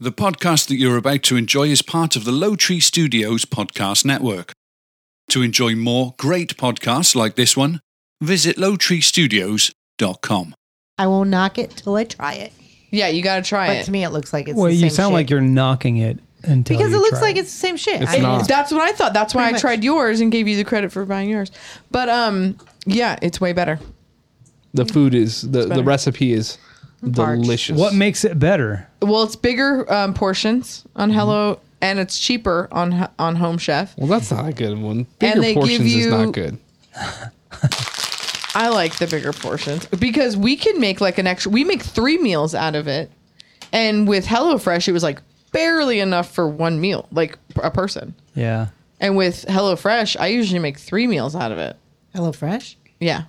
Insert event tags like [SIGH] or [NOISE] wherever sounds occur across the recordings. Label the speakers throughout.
Speaker 1: The podcast that you're about to enjoy is part of the Low Tree Studios podcast network. To enjoy more great podcasts like this one, visit lowtreestudios.com.
Speaker 2: I won't knock it till I try it.
Speaker 3: Yeah, you got to try
Speaker 2: But
Speaker 3: it.
Speaker 2: to me, it looks like it's
Speaker 4: Well,
Speaker 2: the
Speaker 4: you
Speaker 2: same
Speaker 4: sound
Speaker 2: shit.
Speaker 4: like you're knocking it until
Speaker 2: because
Speaker 4: you
Speaker 2: it looks
Speaker 4: try
Speaker 2: like it's the same shit.
Speaker 5: It's
Speaker 2: I-
Speaker 5: not.
Speaker 3: That's what I thought. That's why
Speaker 2: Pretty
Speaker 3: I
Speaker 2: much.
Speaker 3: tried yours and gave you the credit for buying yours. But um, yeah, it's way better.
Speaker 5: The food is the, the recipe is
Speaker 2: parched.
Speaker 5: delicious.
Speaker 4: What makes it better?
Speaker 3: Well, it's bigger um, portions on
Speaker 2: Mm-hmm.
Speaker 3: Hello, and it's cheaper on H- on Home Chef.
Speaker 5: Well, that's not a good one. Bigger
Speaker 3: they give
Speaker 5: portions is
Speaker 3: you- [LAUGHS]
Speaker 5: not good.
Speaker 3: I like the bigger portions because we can make like an extra. We make three meals out of it, and with HelloFresh, it was like barely enough for one meal, like a person.
Speaker 4: Yeah.
Speaker 3: And with HelloFresh, I usually make three meals out of it.
Speaker 2: Hello Fresh.
Speaker 3: Yeah.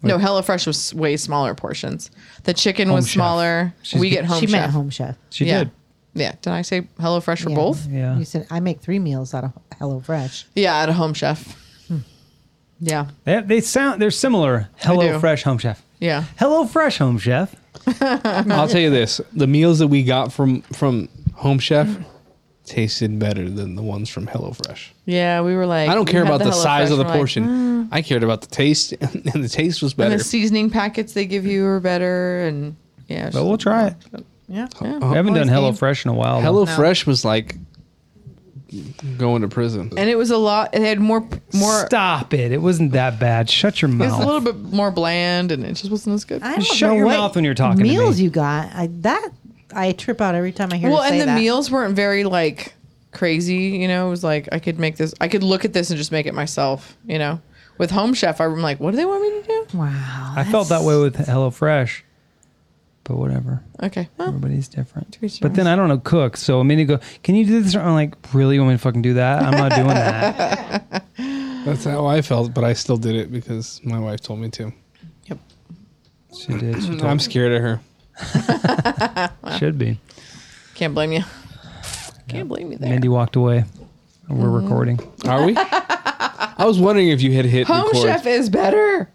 Speaker 3: No, HelloFresh was way smaller portions. The chicken was
Speaker 4: Chef.
Speaker 3: smaller.
Speaker 4: She's
Speaker 3: we
Speaker 4: g-
Speaker 3: get home
Speaker 2: she
Speaker 3: chef.
Speaker 2: meant Home Chef.
Speaker 4: She
Speaker 3: yeah.
Speaker 4: did.
Speaker 3: Yeah. Did I say HelloFresh for
Speaker 2: Yeah.
Speaker 3: both?
Speaker 4: Yeah.
Speaker 2: You said I make three meals out of Hello Fresh.
Speaker 3: Yeah, at a home chef.
Speaker 2: Hmm.
Speaker 3: Yeah.
Speaker 4: They, they sound they're similar. Hello
Speaker 3: do.
Speaker 4: Fresh Home Chef.
Speaker 3: Yeah.
Speaker 4: Hello Fresh Home Chef.
Speaker 5: I'll tell you this: the meals that we got from from Home Chef tasted better than the ones from HelloFresh.
Speaker 3: Yeah. We were like,
Speaker 5: I don't
Speaker 3: we
Speaker 5: care
Speaker 3: had
Speaker 5: about the, size
Speaker 3: HelloFresh,
Speaker 5: of the
Speaker 3: we're like, "Mm."
Speaker 5: portion. I cared about the taste, [LAUGHS] and the taste was better.
Speaker 3: And the seasoning packets they give you are better. And yeah. it's
Speaker 4: But we'll
Speaker 3: just-
Speaker 4: try it.
Speaker 3: Yeah.
Speaker 4: We
Speaker 3: yeah.
Speaker 4: haven't
Speaker 3: Always
Speaker 4: done Hello
Speaker 3: need-
Speaker 4: Fresh in a while. though.
Speaker 5: HelloFresh was like going to prison.
Speaker 3: And it was a lot. It had more, more,
Speaker 4: Stop it. It wasn't that bad. Shut your
Speaker 3: it was a
Speaker 4: mouth.
Speaker 3: little bit more bland and it just wasn't as good.
Speaker 2: I don't
Speaker 4: Shut
Speaker 2: know
Speaker 4: your
Speaker 2: what
Speaker 4: mouth when you're talking to me.
Speaker 2: Meals you got I, that I trip out every time I hear.
Speaker 3: well
Speaker 2: her say
Speaker 3: and the
Speaker 2: that.
Speaker 3: meals weren't very like crazy you know it was like i could make this i could look at this and just make it myself you know with home chef i'm like what do they want me to do
Speaker 2: Wow.
Speaker 4: I felt that way with Hello Fresh. But whatever.
Speaker 3: okay
Speaker 2: Oh.
Speaker 3: well,
Speaker 4: Everybody's different.
Speaker 3: each their
Speaker 4: But then I don't know cook. So a minute go, can you do this? I'm like, really? You want me to fucking do that? I'm not
Speaker 2: [LAUGHS]
Speaker 4: doing that.
Speaker 5: That's how I felt, but I still did it because my wife told me to.
Speaker 4: She did. She
Speaker 5: I'm scared of her.
Speaker 4: should be.
Speaker 3: can't blame you can't blame you there
Speaker 4: Mindy walked away. We're
Speaker 2: Mm-hmm.
Speaker 4: recording.
Speaker 3: [LAUGHS]
Speaker 5: Are we? I was wondering if you had hit
Speaker 3: home
Speaker 5: record.
Speaker 3: chef is better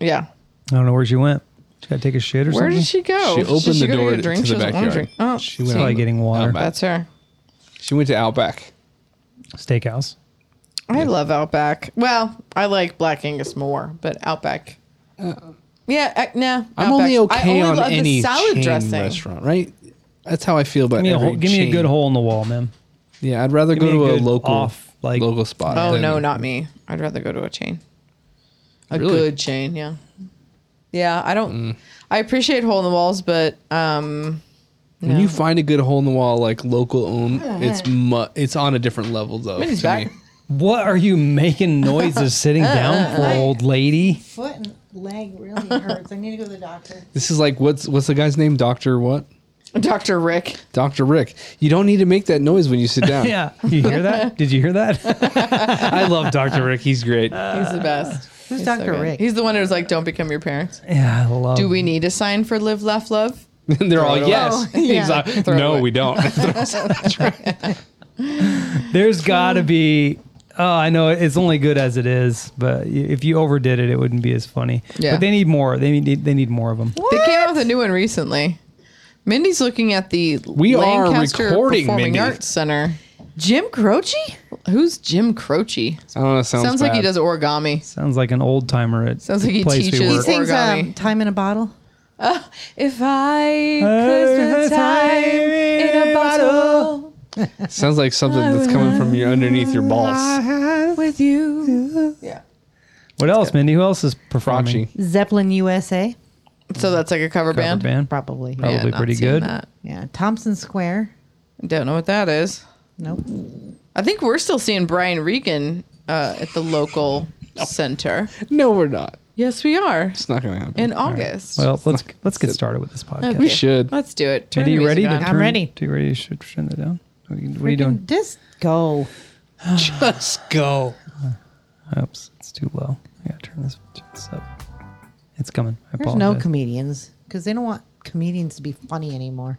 Speaker 3: yeah
Speaker 4: I don't know where she went. She got to take a shit or
Speaker 3: where
Speaker 4: something.
Speaker 3: did she go
Speaker 5: She opened
Speaker 3: Oh, Did
Speaker 5: the
Speaker 3: go
Speaker 5: door
Speaker 3: get a
Speaker 5: to,
Speaker 3: drink?
Speaker 5: the
Speaker 3: She doesn't want
Speaker 5: backyard.
Speaker 3: a drink. oh
Speaker 5: She went
Speaker 4: Probably
Speaker 5: out-
Speaker 4: getting water.
Speaker 5: Outback.
Speaker 3: that's her
Speaker 5: She went to Outback.
Speaker 4: Steakhouse.
Speaker 3: i love outback well i like black angus more but outback yeah, uh, nah.
Speaker 5: I'm only
Speaker 3: Outback's-
Speaker 5: okay on
Speaker 3: love the
Speaker 5: any chain restaurant, right? That's how I feel
Speaker 4: Give
Speaker 5: about
Speaker 4: me a,
Speaker 5: every
Speaker 4: hole, give me a
Speaker 5: chain.
Speaker 4: good hole in the wall, man.
Speaker 5: Yeah, I'd rather
Speaker 4: give
Speaker 5: go
Speaker 4: me a
Speaker 5: to a
Speaker 4: good
Speaker 5: local
Speaker 4: off, like-
Speaker 5: local spot.
Speaker 3: Oh
Speaker 5: than-
Speaker 3: no, not me. I'd rather go to a chain. A
Speaker 5: Really? Mm.
Speaker 3: good chain, yeah. Yeah, I don't. I appreciate hole in the walls, but um, [LAUGHS]
Speaker 5: When you find a good hole in the wall, like local owned, it's mu- it's on a different level though.
Speaker 3: Minnie's
Speaker 5: to me.
Speaker 3: back.
Speaker 4: What are you making
Speaker 3: [LAUGHS]
Speaker 4: noises sitting down for, old lady?
Speaker 2: Foot and leg really hurts. I need to go to the
Speaker 3: [LAUGHS]
Speaker 2: doctor.
Speaker 5: This is like what's what's the guy's name? Doctor what?
Speaker 3: Dr. Rick.
Speaker 5: Doctor Rick. You don't need to make that noise when you sit
Speaker 4: [LAUGHS]
Speaker 5: down.
Speaker 4: Yeah. You hear that? Did you
Speaker 3: [LAUGHS]
Speaker 4: hear that? I love Dr. Rick. He's great.
Speaker 3: He's the best.
Speaker 2: Who's
Speaker 3: He's so
Speaker 2: Dr.
Speaker 3: good.
Speaker 2: Rick?
Speaker 3: He's the one who's like, "Don't become your parents."
Speaker 4: Yeah, I love
Speaker 3: Do we
Speaker 5: Um,
Speaker 3: need a sign for live, laugh, love?
Speaker 5: And they're all
Speaker 3: it away.
Speaker 5: yes.
Speaker 3: Oh,
Speaker 5: He's
Speaker 3: [LAUGHS] yeah.
Speaker 5: like,
Speaker 3: Throw it
Speaker 5: no,
Speaker 3: away.
Speaker 5: we don't. [LAUGHS]
Speaker 4: There's got to be. Oh, I know it's only good as it is, but y- if you overdid it, it wouldn't be as funny.
Speaker 3: Yeah.
Speaker 4: But they need more. They need they need more of them.
Speaker 3: They came out with a new one recently. Mindy's looking at the
Speaker 5: We are
Speaker 3: Lancaster
Speaker 5: recording,
Speaker 3: Performing
Speaker 5: Mindy.
Speaker 3: Arts Center. Jim Croce? Who's Jim Croce?
Speaker 5: I don't know. Sounds,
Speaker 3: Sounds like he
Speaker 5: bad.
Speaker 3: does origami.
Speaker 4: Sounds like an old timer at
Speaker 3: Sounds like
Speaker 4: the
Speaker 3: he
Speaker 4: place
Speaker 3: teaches.
Speaker 4: we
Speaker 2: He
Speaker 4: work.
Speaker 2: sings um,
Speaker 3: Origami.
Speaker 2: "Time in a Bottle."
Speaker 3: If I could
Speaker 4: If
Speaker 3: spend
Speaker 4: I
Speaker 3: time in a bottle.
Speaker 5: Sounds like something that's coming from your underneath
Speaker 3: [LAUGHS]
Speaker 5: your balls.
Speaker 3: with you. Yeah.
Speaker 4: What else, Mindy? Who else is performing?
Speaker 5: Rachi.
Speaker 2: Zeppelin USA,
Speaker 3: So that's like a cover,
Speaker 4: Cover
Speaker 3: band.
Speaker 4: band.
Speaker 2: probably.
Speaker 4: Probably.
Speaker 3: not
Speaker 4: pretty
Speaker 3: seen
Speaker 4: good.
Speaker 3: That.
Speaker 2: Yeah, Thompson Square.
Speaker 3: Don't know what that is.
Speaker 2: Nope.
Speaker 3: I think we're still seeing Brian Regan uh, at the
Speaker 4: [LAUGHS]
Speaker 3: local center.
Speaker 5: No, we're not.
Speaker 3: Yes, we are
Speaker 5: It's not gonna happen.
Speaker 3: in August.
Speaker 4: Well, let's let's get started with this podcast.
Speaker 5: we
Speaker 3: Okay.
Speaker 5: should.
Speaker 3: Let's do it. Turn
Speaker 4: Mindy,
Speaker 3: the
Speaker 4: you ready?
Speaker 3: music
Speaker 4: To
Speaker 3: on.
Speaker 4: turn-
Speaker 2: ready.
Speaker 4: Do you ready to sh- turn that down? What are you, what are you doing?
Speaker 2: Just go.
Speaker 5: Let's go.
Speaker 4: Oops, it's too low. I gotta turn this, turn this up. It's coming. I
Speaker 2: There's no
Speaker 4: apologize.
Speaker 2: comedians because they don't want comedians to be funny anymore.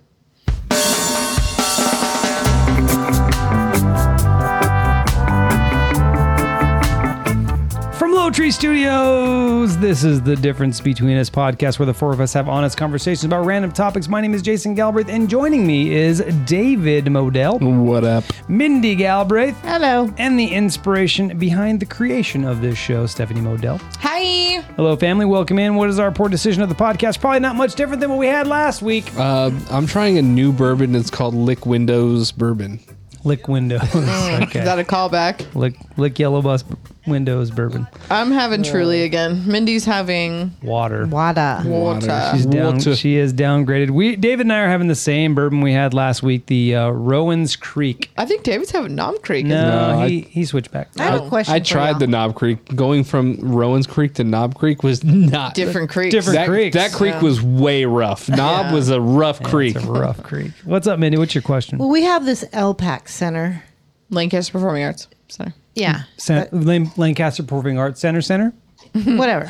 Speaker 4: From Low Low Tree Studios. This is the Difference Between Us podcast where the four of us have honest conversations about random topics. My name is Jason Galbraith, and joining me is David Modell,
Speaker 5: What up?
Speaker 4: Mindy Galbraith,
Speaker 2: Hello.
Speaker 4: and the inspiration behind the creation of this show, Stephanie Modell.
Speaker 3: Hi.
Speaker 4: Hello, family. Welcome in. What is our poor decision of the podcast? Probably not much different than what we had last week.
Speaker 5: Uh, I'm trying a new bourbon. It's called Lick Windows Bourbon.
Speaker 4: Lick windows. okay.
Speaker 3: Is that a callback?
Speaker 4: lick, lick yellow bus b- windows, bourbon,
Speaker 3: I'm having truly again. Mindy's having
Speaker 4: water.
Speaker 2: Wada.
Speaker 3: water.
Speaker 4: She's down,
Speaker 5: Water.
Speaker 4: she is downgraded. We David and I are having the same bourbon we had last week, the uh, Rowan's Creek.
Speaker 3: I think David's having Nom Creek.
Speaker 4: No,
Speaker 5: No,
Speaker 4: he, he switched back.
Speaker 2: I have
Speaker 3: Oh.
Speaker 2: a question.
Speaker 5: I
Speaker 2: for
Speaker 5: tried
Speaker 2: y'all.
Speaker 5: the Knob Creek. Going from Rowan's Creek to Knob Creek was not
Speaker 3: Different creeks.
Speaker 4: Different-
Speaker 5: That,
Speaker 4: Creeks.
Speaker 5: that creek was way rough. Knob
Speaker 3: Yeah.
Speaker 5: was a rough creek.
Speaker 4: It's a rough creek. What's up, Mindy? What's your question?
Speaker 2: Well, we have this LPAC Center.
Speaker 3: Lancaster Performing Arts Center.
Speaker 2: Yeah.
Speaker 4: San, Lan- Lancaster Performing Arts Center Center.
Speaker 2: [LAUGHS] Whatever.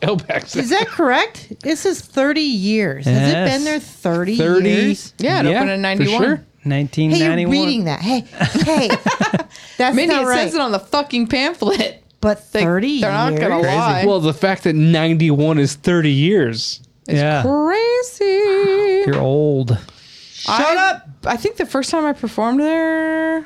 Speaker 5: Elbex.
Speaker 2: Is that correct? This is 30 years. Has it
Speaker 4: Yes.
Speaker 2: been there 30,
Speaker 5: 30
Speaker 2: years?
Speaker 3: Yeah, it opened in
Speaker 5: for
Speaker 3: 91.
Speaker 5: sure.
Speaker 2: Hey, you're
Speaker 4: 1991.
Speaker 2: reading that. Hey,
Speaker 5: [LAUGHS]
Speaker 2: hey. That's
Speaker 3: Mindy,
Speaker 2: not
Speaker 3: it
Speaker 2: right.
Speaker 3: says it on the fucking pamphlet.
Speaker 2: but
Speaker 3: Like,
Speaker 2: 30
Speaker 3: They're not
Speaker 2: years?
Speaker 3: going to lie.
Speaker 5: Well, the fact that 91 is 30 years.
Speaker 4: yeah.
Speaker 3: Crazy.
Speaker 4: You're old.
Speaker 3: Shut up. I think the first time I performed there,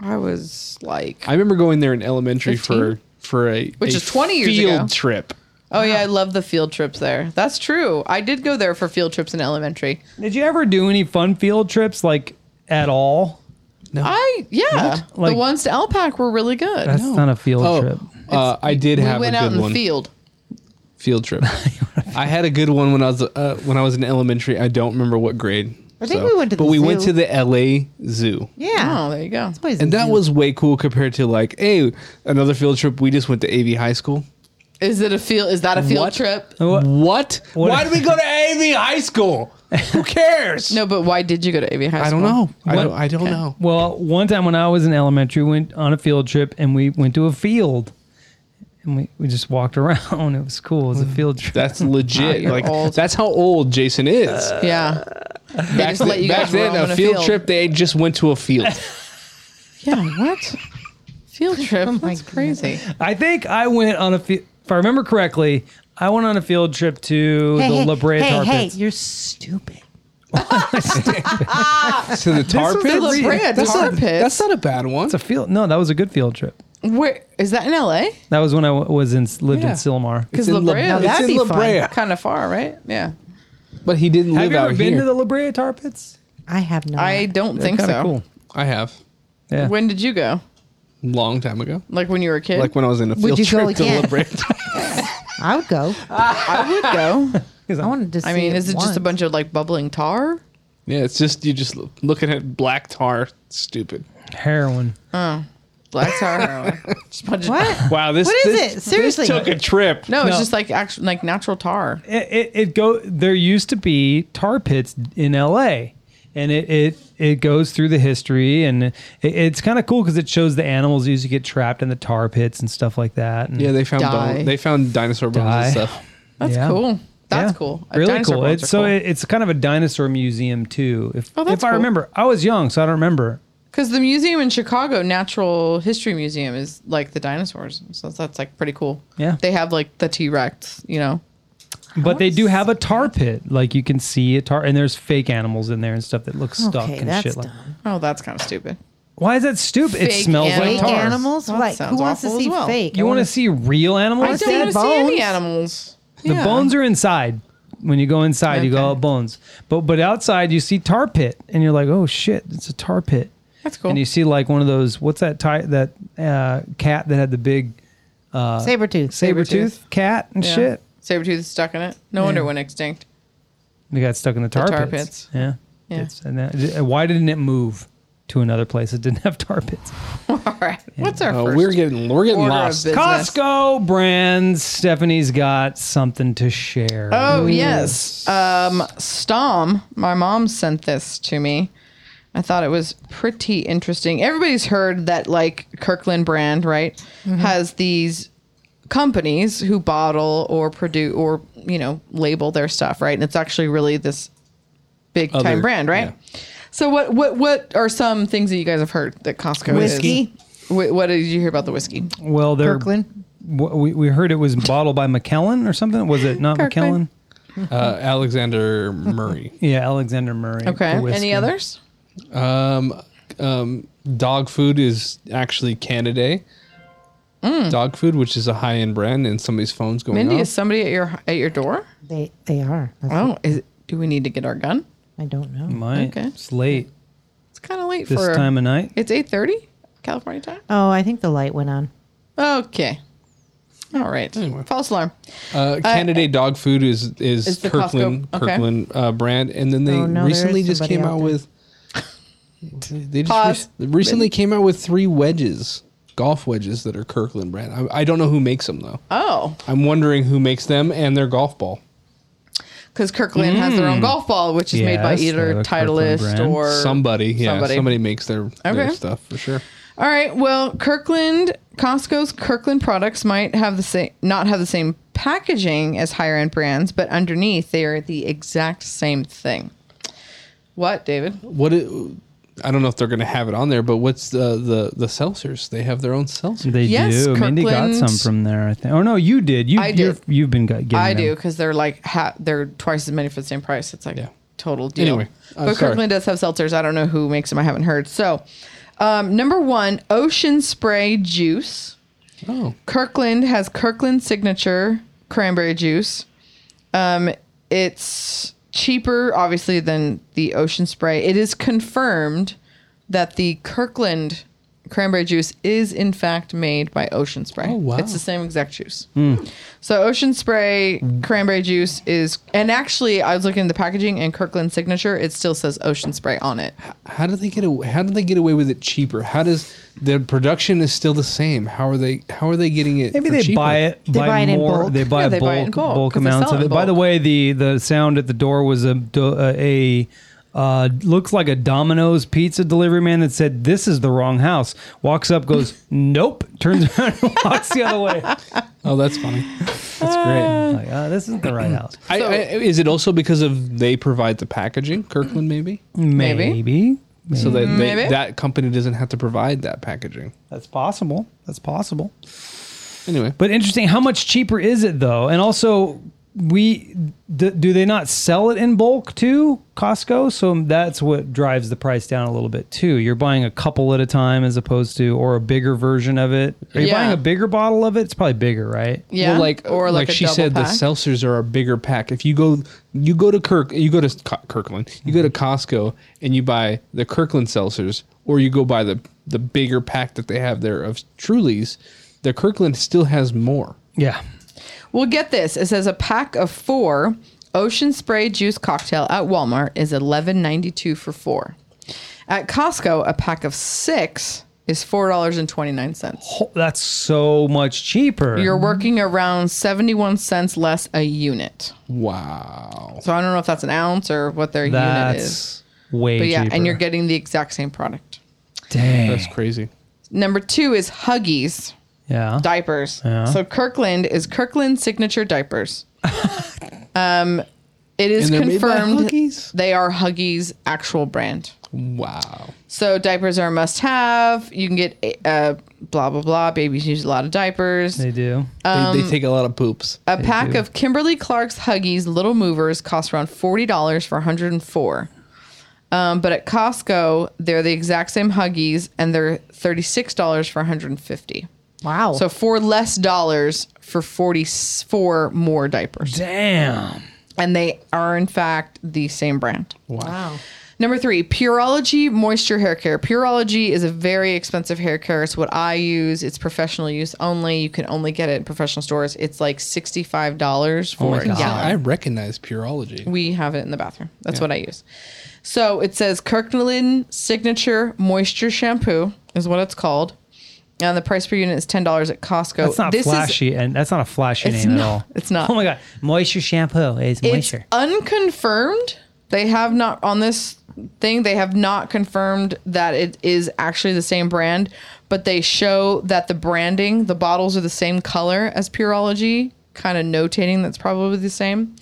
Speaker 3: I was like,
Speaker 5: I remember going there in elementary
Speaker 3: 15?
Speaker 5: for for a
Speaker 3: Which
Speaker 5: a
Speaker 3: is 20 years
Speaker 5: field
Speaker 3: ago.
Speaker 5: trip.
Speaker 3: oh yeah, I love the field trips there. That's true. I did go there for field trips in elementary.
Speaker 4: Did you ever do any fun field trips like at all?
Speaker 3: I yeah,
Speaker 4: Like-
Speaker 3: the ones to Elpac were really good.
Speaker 4: That's not a field
Speaker 5: Oh,
Speaker 4: trip.
Speaker 5: uh, I did
Speaker 3: we
Speaker 5: have
Speaker 3: went
Speaker 5: a
Speaker 3: out
Speaker 5: good
Speaker 3: in
Speaker 5: one.
Speaker 3: the field.
Speaker 5: Field trip. I had a good one when I was uh, when I was in elementary. I don't remember what grade.
Speaker 2: I think we went to
Speaker 5: but
Speaker 2: the
Speaker 5: we went
Speaker 2: zoo.
Speaker 5: to the LA Zoo.
Speaker 2: Yeah.
Speaker 3: Oh, there you go.
Speaker 2: Boys
Speaker 5: And that
Speaker 2: zoo.
Speaker 5: was way cool compared to like, hey, another field trip. We just went to AV High School.
Speaker 3: Is it a field? Is that a field
Speaker 5: What? Oh.
Speaker 3: trip?
Speaker 4: What?
Speaker 5: What?
Speaker 4: What-
Speaker 5: Why did we go to AV High School? Who cares?
Speaker 3: No, but why did you go to AV High School?
Speaker 5: I don't know. I
Speaker 4: What?
Speaker 5: don't, I don't know.
Speaker 4: Well, one time when I was in elementary, we went on a field trip and we went to a field and we, we just walked [LAUGHS] around. It was cool. It was a field trip.
Speaker 5: That's legit.
Speaker 3: you're
Speaker 5: like
Speaker 3: old.
Speaker 5: that's how old Jason is.
Speaker 3: Yeah. They just let you
Speaker 5: Uh, Back
Speaker 3: guys roam
Speaker 5: then,
Speaker 3: in
Speaker 5: a field, trip, they just went to a field. [LAUGHS]
Speaker 3: Yeah. What?
Speaker 5: Oh
Speaker 3: Field trip.
Speaker 2: my
Speaker 3: That's crazy.
Speaker 4: I think I went on a field, if I remember correctly, I went on a field trip to
Speaker 2: Hey,
Speaker 4: the
Speaker 2: hey,
Speaker 4: La Brea
Speaker 2: hey,
Speaker 4: Tar
Speaker 2: hey,
Speaker 4: Pits.
Speaker 2: you're stupid.
Speaker 5: to the tar
Speaker 4: was the
Speaker 5: pits.
Speaker 4: La Brea
Speaker 5: that's,
Speaker 3: tar
Speaker 5: not,
Speaker 3: pits.
Speaker 5: that's not a bad one.
Speaker 4: It's a field. No, that was a good field trip.
Speaker 3: Where is that in LA?
Speaker 4: That was when I w- was in lived
Speaker 5: Yeah.
Speaker 4: in Silmar.
Speaker 5: It's
Speaker 3: Because La
Speaker 5: in La-
Speaker 3: Brea.
Speaker 5: Now,
Speaker 3: is
Speaker 5: that'd be fun.
Speaker 3: Kind of far, right? Yeah.
Speaker 5: but he didn't
Speaker 4: Have
Speaker 5: live
Speaker 4: you
Speaker 5: out
Speaker 4: ever been
Speaker 5: here.
Speaker 4: to the La Brea Tar Pits?
Speaker 2: I have no
Speaker 3: I don't think
Speaker 4: Kinda
Speaker 3: so.
Speaker 4: Cool.
Speaker 5: I have
Speaker 4: Yeah.
Speaker 3: When did you go?
Speaker 5: long time ago,
Speaker 3: Like when you were a kid?
Speaker 5: like when I was in a
Speaker 2: Would
Speaker 5: field
Speaker 2: you go
Speaker 5: trip to
Speaker 2: again?
Speaker 5: La Brea.
Speaker 2: [LAUGHS] I would go.
Speaker 3: [LAUGHS] I would
Speaker 5: [LAUGHS]
Speaker 3: go.
Speaker 2: I wanted to see
Speaker 3: I mean, is it just a
Speaker 2: once.
Speaker 3: bunch of like bubbling tar?
Speaker 5: yeah, it's just you just lo- looking at black tar. Stupid.
Speaker 4: Heroin.
Speaker 3: [LAUGHS] Black tar? just a bunch of- [LAUGHS]
Speaker 2: What? [LAUGHS]
Speaker 5: Wow, this
Speaker 2: What is
Speaker 5: this-
Speaker 2: it? Seriously.
Speaker 5: this took a trip.
Speaker 3: No, it's
Speaker 4: No.
Speaker 3: just like actual like natural tar.
Speaker 4: it, it, it go there used to be tar pits in LA and it it, it goes through the history and it, it's kind of cool because it shows the animals used to get trapped in the tar pits and stuff like that and
Speaker 5: Yeah, they found
Speaker 3: Die.
Speaker 5: bone, they found dinosaur bones
Speaker 4: Die.
Speaker 5: and stuff.
Speaker 3: That's
Speaker 4: Yeah.
Speaker 3: cool. That's
Speaker 4: Yeah.
Speaker 3: cool. Uh,
Speaker 4: Really
Speaker 3: dinosaur
Speaker 4: cool.
Speaker 3: bones
Speaker 4: It's,
Speaker 3: are
Speaker 4: so
Speaker 3: cool.
Speaker 4: it, it's kind of a dinosaur museum too. If
Speaker 3: Oh, that's
Speaker 4: if I
Speaker 3: cool.
Speaker 4: remember, I was young, so I don't remember.
Speaker 3: Because the museum in Chicago, Natural History Museum, is like the dinosaurs. So that's like pretty cool.
Speaker 4: Yeah.
Speaker 3: They have like the T Rex, you know?
Speaker 4: But they do have a tar pit. Like you can see a tar, and there's fake animals in there and stuff that looks stuck
Speaker 2: Okay,
Speaker 4: and
Speaker 2: that's
Speaker 4: shit. Like,
Speaker 2: dumb.
Speaker 3: Oh, that's kind of stupid.
Speaker 4: why is that stupid? It
Speaker 3: Fake
Speaker 4: smells
Speaker 2: Fake
Speaker 4: like tar.
Speaker 2: animals?
Speaker 3: That
Speaker 2: Like, who
Speaker 3: sounds
Speaker 2: wants to
Speaker 3: awful as
Speaker 2: see
Speaker 3: well.
Speaker 2: fake?
Speaker 4: You want to see real animals?
Speaker 3: I
Speaker 2: said
Speaker 3: don't want to see any
Speaker 2: bones.
Speaker 3: animals.
Speaker 4: The bones are inside. When you go inside, you go
Speaker 3: Okay.
Speaker 4: oh, bones. But but outside, you see tar pit, and you're like, oh shit, it's a tar pit.
Speaker 3: That's cool.
Speaker 4: And you see like one of those what's that ty- that uh, cat that had the big
Speaker 2: Saber tooth.
Speaker 4: saber tooth cat and shit.
Speaker 3: Saber tooth is stuck in it. No wonder it went extinct.
Speaker 4: They got stuck in the tar,
Speaker 3: tar
Speaker 4: pits.
Speaker 3: pits.
Speaker 4: Yeah.
Speaker 3: Yeah.
Speaker 4: It's- and that- why didn't it move to another place that didn't [LAUGHS] have tar pits?
Speaker 3: All right. What's our
Speaker 5: Oh,
Speaker 3: first?
Speaker 5: we're getting we're getting
Speaker 3: order of
Speaker 5: lost.
Speaker 3: business?
Speaker 4: Costco brands. Stephanie's got something to share.
Speaker 3: Oh yes. Um, Stom. My mom sent this to me. I thought it was pretty interesting. Everybody's heard that like Kirkland brand, right, has these companies who bottle or produce or you know label their stuff, right? And it's actually really this big
Speaker 5: Other-
Speaker 3: time brand, right? So what what what are some things that you guys have heard that Costco is?
Speaker 2: Whiskey.
Speaker 3: Wh- What did you hear about the whiskey?
Speaker 4: Well, they're
Speaker 2: Kirkland.
Speaker 4: wh- we, we heard it was bottled by McKellen or something. Was it not
Speaker 3: Kirkland.
Speaker 4: McKellen?
Speaker 5: Uh, Alexander [LAUGHS] Murray.
Speaker 4: Yeah, Alexander Murray.
Speaker 3: Okay.
Speaker 4: the whiskey.
Speaker 3: Any others?
Speaker 5: Um, um, dog food is actually Canada.
Speaker 2: Mm.
Speaker 5: Dog food, which is a high end brand, and somebody's phone's going
Speaker 3: Mindy, is
Speaker 5: off.
Speaker 3: somebody at your at your door?
Speaker 2: They they are. That's it.
Speaker 3: Oh, is do we need to get our gun?
Speaker 2: I don't know.
Speaker 4: Might.
Speaker 3: Okay.
Speaker 4: It's late
Speaker 3: It's kind of late
Speaker 4: this
Speaker 3: for
Speaker 4: time of night.
Speaker 3: It's eight thirty California time.
Speaker 2: Oh, I think the light went on.
Speaker 3: Okay. All right. False alarm.
Speaker 5: Uh, Canada dog food is is,
Speaker 3: Is the
Speaker 5: Kirkland
Speaker 3: Costco- okay.
Speaker 5: Kirkland uh, brand, and then they
Speaker 2: Oh, no, there is
Speaker 5: recently just
Speaker 2: somebody
Speaker 5: came
Speaker 2: out
Speaker 5: out
Speaker 2: there.
Speaker 5: with. They
Speaker 3: Pause.
Speaker 5: just re- recently came out with three wedges, golf wedges that are Kirkland brand. I, I don't know who makes them though.
Speaker 3: Oh,
Speaker 5: I'm wondering who makes them and their golf ball.
Speaker 3: because Kirkland has their own golf ball, which is made by
Speaker 4: Hmm. Yes,
Speaker 3: either
Speaker 4: they're the Kirkland
Speaker 3: Titleist
Speaker 4: brand.
Speaker 3: or
Speaker 5: Somebody, yeah,
Speaker 3: somebody.
Speaker 5: somebody, makes their, their
Speaker 3: Okay.
Speaker 5: stuff for sure.
Speaker 3: All right. Well, Kirkland Costco's Kirkland products might have the same not have the same packaging as higher end brands, but underneath they are the exact same thing. What, David?
Speaker 5: What it, I don't know if they're going to have it on there, but what's the the the seltzers? They have their own seltzers.
Speaker 4: They
Speaker 3: Yes,
Speaker 4: do. Mindy got
Speaker 3: Kirkland.
Speaker 4: some from there, I think. Oh no, you did. You
Speaker 3: I did.
Speaker 4: you've, you've been got- getting
Speaker 3: I
Speaker 4: them.
Speaker 3: do because they're like ha- they're twice as many for the same price. It's like
Speaker 5: Yeah.
Speaker 3: total deal.
Speaker 5: Anyway, uh,
Speaker 3: but
Speaker 5: sorry.
Speaker 3: Kirkland does have seltzers. I don't know who makes them. I haven't heard. So, um, number one, Ocean Spray Juice.
Speaker 5: Oh,
Speaker 3: Kirkland has Kirkland Signature Cranberry Juice. Um, it's cheaper, obviously, than the Ocean Spray. It is confirmed that the Kirkland cranberry juice is in fact made by Ocean Spray.
Speaker 5: Oh, wow. Hmm.
Speaker 3: It's the same exact juice. So Ocean Spray cranberry juice is, and actually, I was looking at the packaging and Kirkland Signature. It still says Ocean Spray on it.
Speaker 5: how do they get away, how do they get away with it cheaper? How does their production is still the same? How are they how are they getting it?
Speaker 4: Maybe
Speaker 5: for
Speaker 4: they
Speaker 5: cheaper?
Speaker 4: buy it.
Speaker 2: They buy it in
Speaker 4: more.
Speaker 2: bulk.
Speaker 4: They buy
Speaker 3: Yeah,
Speaker 4: bulk,
Speaker 3: they buy it in
Speaker 4: bulk,
Speaker 3: bulk, 'cause they
Speaker 4: amounts
Speaker 3: sell
Speaker 4: of
Speaker 3: it
Speaker 4: it.
Speaker 3: in
Speaker 4: By the
Speaker 3: bulk.
Speaker 4: way, the the sound at the door was a do- uh, a. Uh, looks like a Domino's pizza delivery man that said, "This is the wrong house." Walks up, goes, [LAUGHS] "Nope." Turns around, and [LAUGHS] walks the other way.
Speaker 5: Oh, that's funny. That's great.
Speaker 4: Like, uh, this isn't
Speaker 3: [CLEARS THROAT]
Speaker 4: the right house.
Speaker 5: I, I, is it also because of they provide the packaging, Kirkland maybe?
Speaker 4: Maybe,
Speaker 5: So that they,
Speaker 3: Maybe.
Speaker 5: that company doesn't have to provide that packaging.
Speaker 4: that's possible. That's possible.
Speaker 5: Anyway,
Speaker 4: But interesting, how much cheaper is it though? And also, we d- do they not sell it in bulk too, Costco? So that's what drives the price down a little bit too. You're buying a couple at a time as opposed to, or a bigger version of it. Are you
Speaker 3: Yeah.
Speaker 4: buying a bigger bottle of it? It's probably bigger, right?
Speaker 3: Yeah,
Speaker 5: Well, like or like, she
Speaker 3: double
Speaker 5: said, the
Speaker 3: pack.
Speaker 5: seltzers are a bigger pack. If you go, you go to Kirk, you go to Co- Kirkland, you go to
Speaker 3: Mm-hmm.
Speaker 5: Costco, and you buy the Kirkland seltzers, or you go buy the the bigger pack that they have there of Trulies. The Kirkland still has more.
Speaker 4: Yeah.
Speaker 3: Well, get this. It says a pack of four Ocean Spray juice cocktail at Walmart is eleven ninety two for four. At Costco, a pack of six is four dollars and twenty nine cents.
Speaker 4: Ho- That's so much cheaper.
Speaker 3: You're working around seventy one cents less a unit.
Speaker 5: Wow.
Speaker 3: So I don't know if that's an ounce or what their unit is.
Speaker 4: that's way
Speaker 3: But yeah,
Speaker 4: cheaper.
Speaker 3: and you're getting the exact same product.
Speaker 4: dang.
Speaker 5: That's crazy.
Speaker 3: Number two is Huggies
Speaker 4: yeah.
Speaker 3: diapers.
Speaker 4: Yeah.
Speaker 3: So Kirkland is Kirkland signature diapers.
Speaker 4: [LAUGHS]
Speaker 3: um, it is
Speaker 5: And they're made by
Speaker 3: confirmed
Speaker 5: Huggies?
Speaker 3: they are Huggies actual brand.
Speaker 5: Wow.
Speaker 3: So diapers are a must have. You can get uh, blah blah blah. Babies use a lot of diapers.
Speaker 4: they do.
Speaker 5: they, they take a lot of poops.
Speaker 3: Um, A pack of Kimberly Clark's Huggies Little Movers costs around forty dollars for 104. Um, but at Costco, they're the exact same Huggies, and they're thirty-six dollars for 150.
Speaker 2: Wow.
Speaker 3: So four less dollars for 44 more diapers.
Speaker 4: Damn.
Speaker 3: And they are, in fact, the same brand.
Speaker 2: wow.
Speaker 3: Number three, Pureology Moisture Hair Care. Pureology is a very expensive hair care. It's what I use. It's professional use only. You can only get it in professional stores. It's like $65
Speaker 5: Oh
Speaker 3: for
Speaker 5: my
Speaker 3: a
Speaker 5: God.
Speaker 3: gallon.
Speaker 5: I recognize Pureology.
Speaker 3: We have it in the bathroom. That's what I use. So it says Kirkland Signature Moisture Shampoo is what it's called. And the price per unit is $10 at Costco.
Speaker 4: That's not
Speaker 3: This is
Speaker 4: flashy, and that's not a flashy
Speaker 3: It's
Speaker 4: name
Speaker 3: not-
Speaker 4: at all.
Speaker 3: it's not.
Speaker 4: Oh my god, moisture shampoo is
Speaker 3: It's
Speaker 4: moisture.
Speaker 3: unconfirmed. They have not on this thing. They have not confirmed that it is actually the same brand, but they show that the branding, the bottles are the same color as Pureology, kind of notating that's probably the same.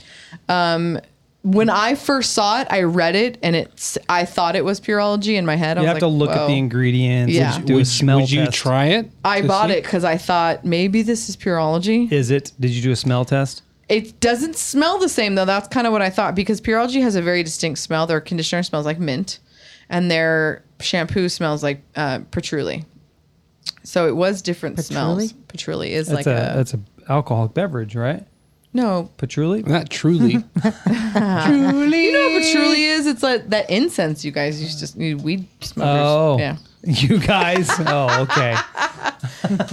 Speaker 3: Um, when I first saw it, I read it and it's I thought it was Purology in my head. I
Speaker 4: You
Speaker 3: was
Speaker 4: have
Speaker 3: like,
Speaker 4: to look at the
Speaker 3: "Whoa."
Speaker 4: ingredients.
Speaker 3: Yeah.
Speaker 4: and do a
Speaker 5: would,
Speaker 4: smell
Speaker 5: would you
Speaker 4: test.
Speaker 5: try it?
Speaker 3: I
Speaker 5: to
Speaker 3: bought
Speaker 5: see?
Speaker 3: it because I thought maybe this is Purology.
Speaker 4: Is it? Did you do a smell test?
Speaker 3: It doesn't smell the same though. That's kind of what I thought because Purology has a very distinct smell. Their conditioner smells like mint, and their shampoo smells like uh, patchouli. So it was different
Speaker 2: Patchouli?
Speaker 3: smells. Patchouli is
Speaker 4: That's
Speaker 3: like
Speaker 4: a,
Speaker 3: a,
Speaker 4: that's a alcoholic beverage, right?
Speaker 3: no.
Speaker 4: Patchouli.
Speaker 5: Not truly.
Speaker 3: You know what patchouli is? It's like that incense you guys used to you weed smokers.
Speaker 4: Oh,
Speaker 3: yeah.
Speaker 4: You guys. Oh,
Speaker 3: [LAUGHS]
Speaker 4: okay.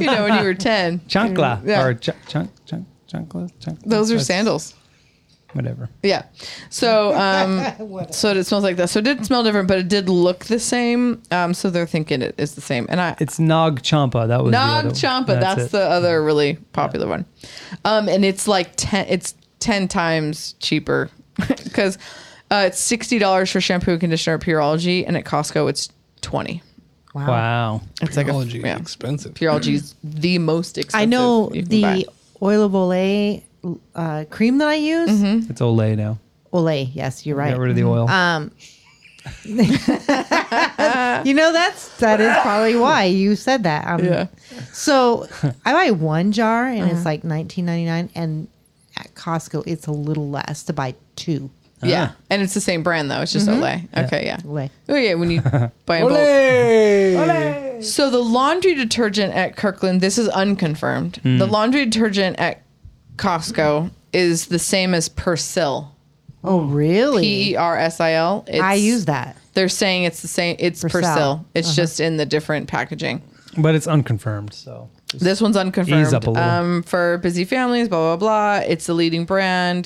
Speaker 3: You know when you
Speaker 4: [LAUGHS]
Speaker 3: were ten. Mm,
Speaker 4: Chancla
Speaker 3: Yeah.
Speaker 4: or ch- chunk chunk chancla. chancla.
Speaker 3: Those are
Speaker 4: That's-
Speaker 3: sandals.
Speaker 4: Whatever.
Speaker 3: Yeah. So um so it smells like that. So it did smell different, but it did look the same. Um so they're thinking it is the same. And I
Speaker 4: It's Nog Champa. That was the other
Speaker 3: Nog
Speaker 4: one.
Speaker 3: Champa, that's,
Speaker 4: it.
Speaker 3: the other really popular one. Um and it's like 10 it's 10 times cheaper [LAUGHS] cuz uh, it's $60 for shampoo and conditioner at Pureology and at Costco it's 20.
Speaker 2: Wow.
Speaker 4: Wow.
Speaker 3: [LAUGHS] It's like a,
Speaker 5: Purology is
Speaker 3: yeah.
Speaker 5: expensive.
Speaker 3: Pureology is the most expensive.
Speaker 2: I know
Speaker 3: you can
Speaker 2: the
Speaker 3: buy.
Speaker 2: oil of Olay uh, cream that I use.
Speaker 4: It's Olay now.
Speaker 2: Olay, yes, you're right.
Speaker 4: Got rid of the
Speaker 3: Mm-hmm.
Speaker 4: oil.
Speaker 3: Uh,
Speaker 2: Um, [LAUGHS] you know that's that is probably why you said that. Um,
Speaker 3: Yeah.
Speaker 2: So I buy one jar and it's like 19.99, and at Costco it's a little less to buy two.
Speaker 3: Yeah. And it's the same brand though. It's just Olay. Okay, yeah.
Speaker 2: Olay.
Speaker 3: Oh yeah, when you buy a bulk.
Speaker 5: Hey!
Speaker 3: So the laundry detergent at Kirkland, this is unconfirmed. The laundry detergent at Costco is the same as Persil.
Speaker 2: Oh,
Speaker 3: P
Speaker 2: really?
Speaker 3: E R S I L. It's-
Speaker 2: I use that. Uh-huh.
Speaker 3: They're saying it's the same. It's
Speaker 2: Persil.
Speaker 3: Persil. It's just in the different packaging.
Speaker 4: but it's unconfirmed. So
Speaker 3: This one's unconfirmed.
Speaker 4: Ease up a little.
Speaker 3: Um, for busy families, blah blah blah. It's the leading brand.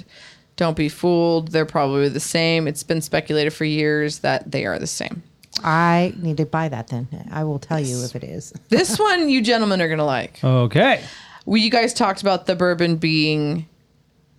Speaker 3: Don't be fooled. They're probably the same. It's been speculated for years that they are the same.
Speaker 2: I need to buy that then. I will tell you if it is. [LAUGHS]
Speaker 3: This one, you gentlemen are gonna like.
Speaker 4: okay.
Speaker 3: We you guys talked about the bourbon being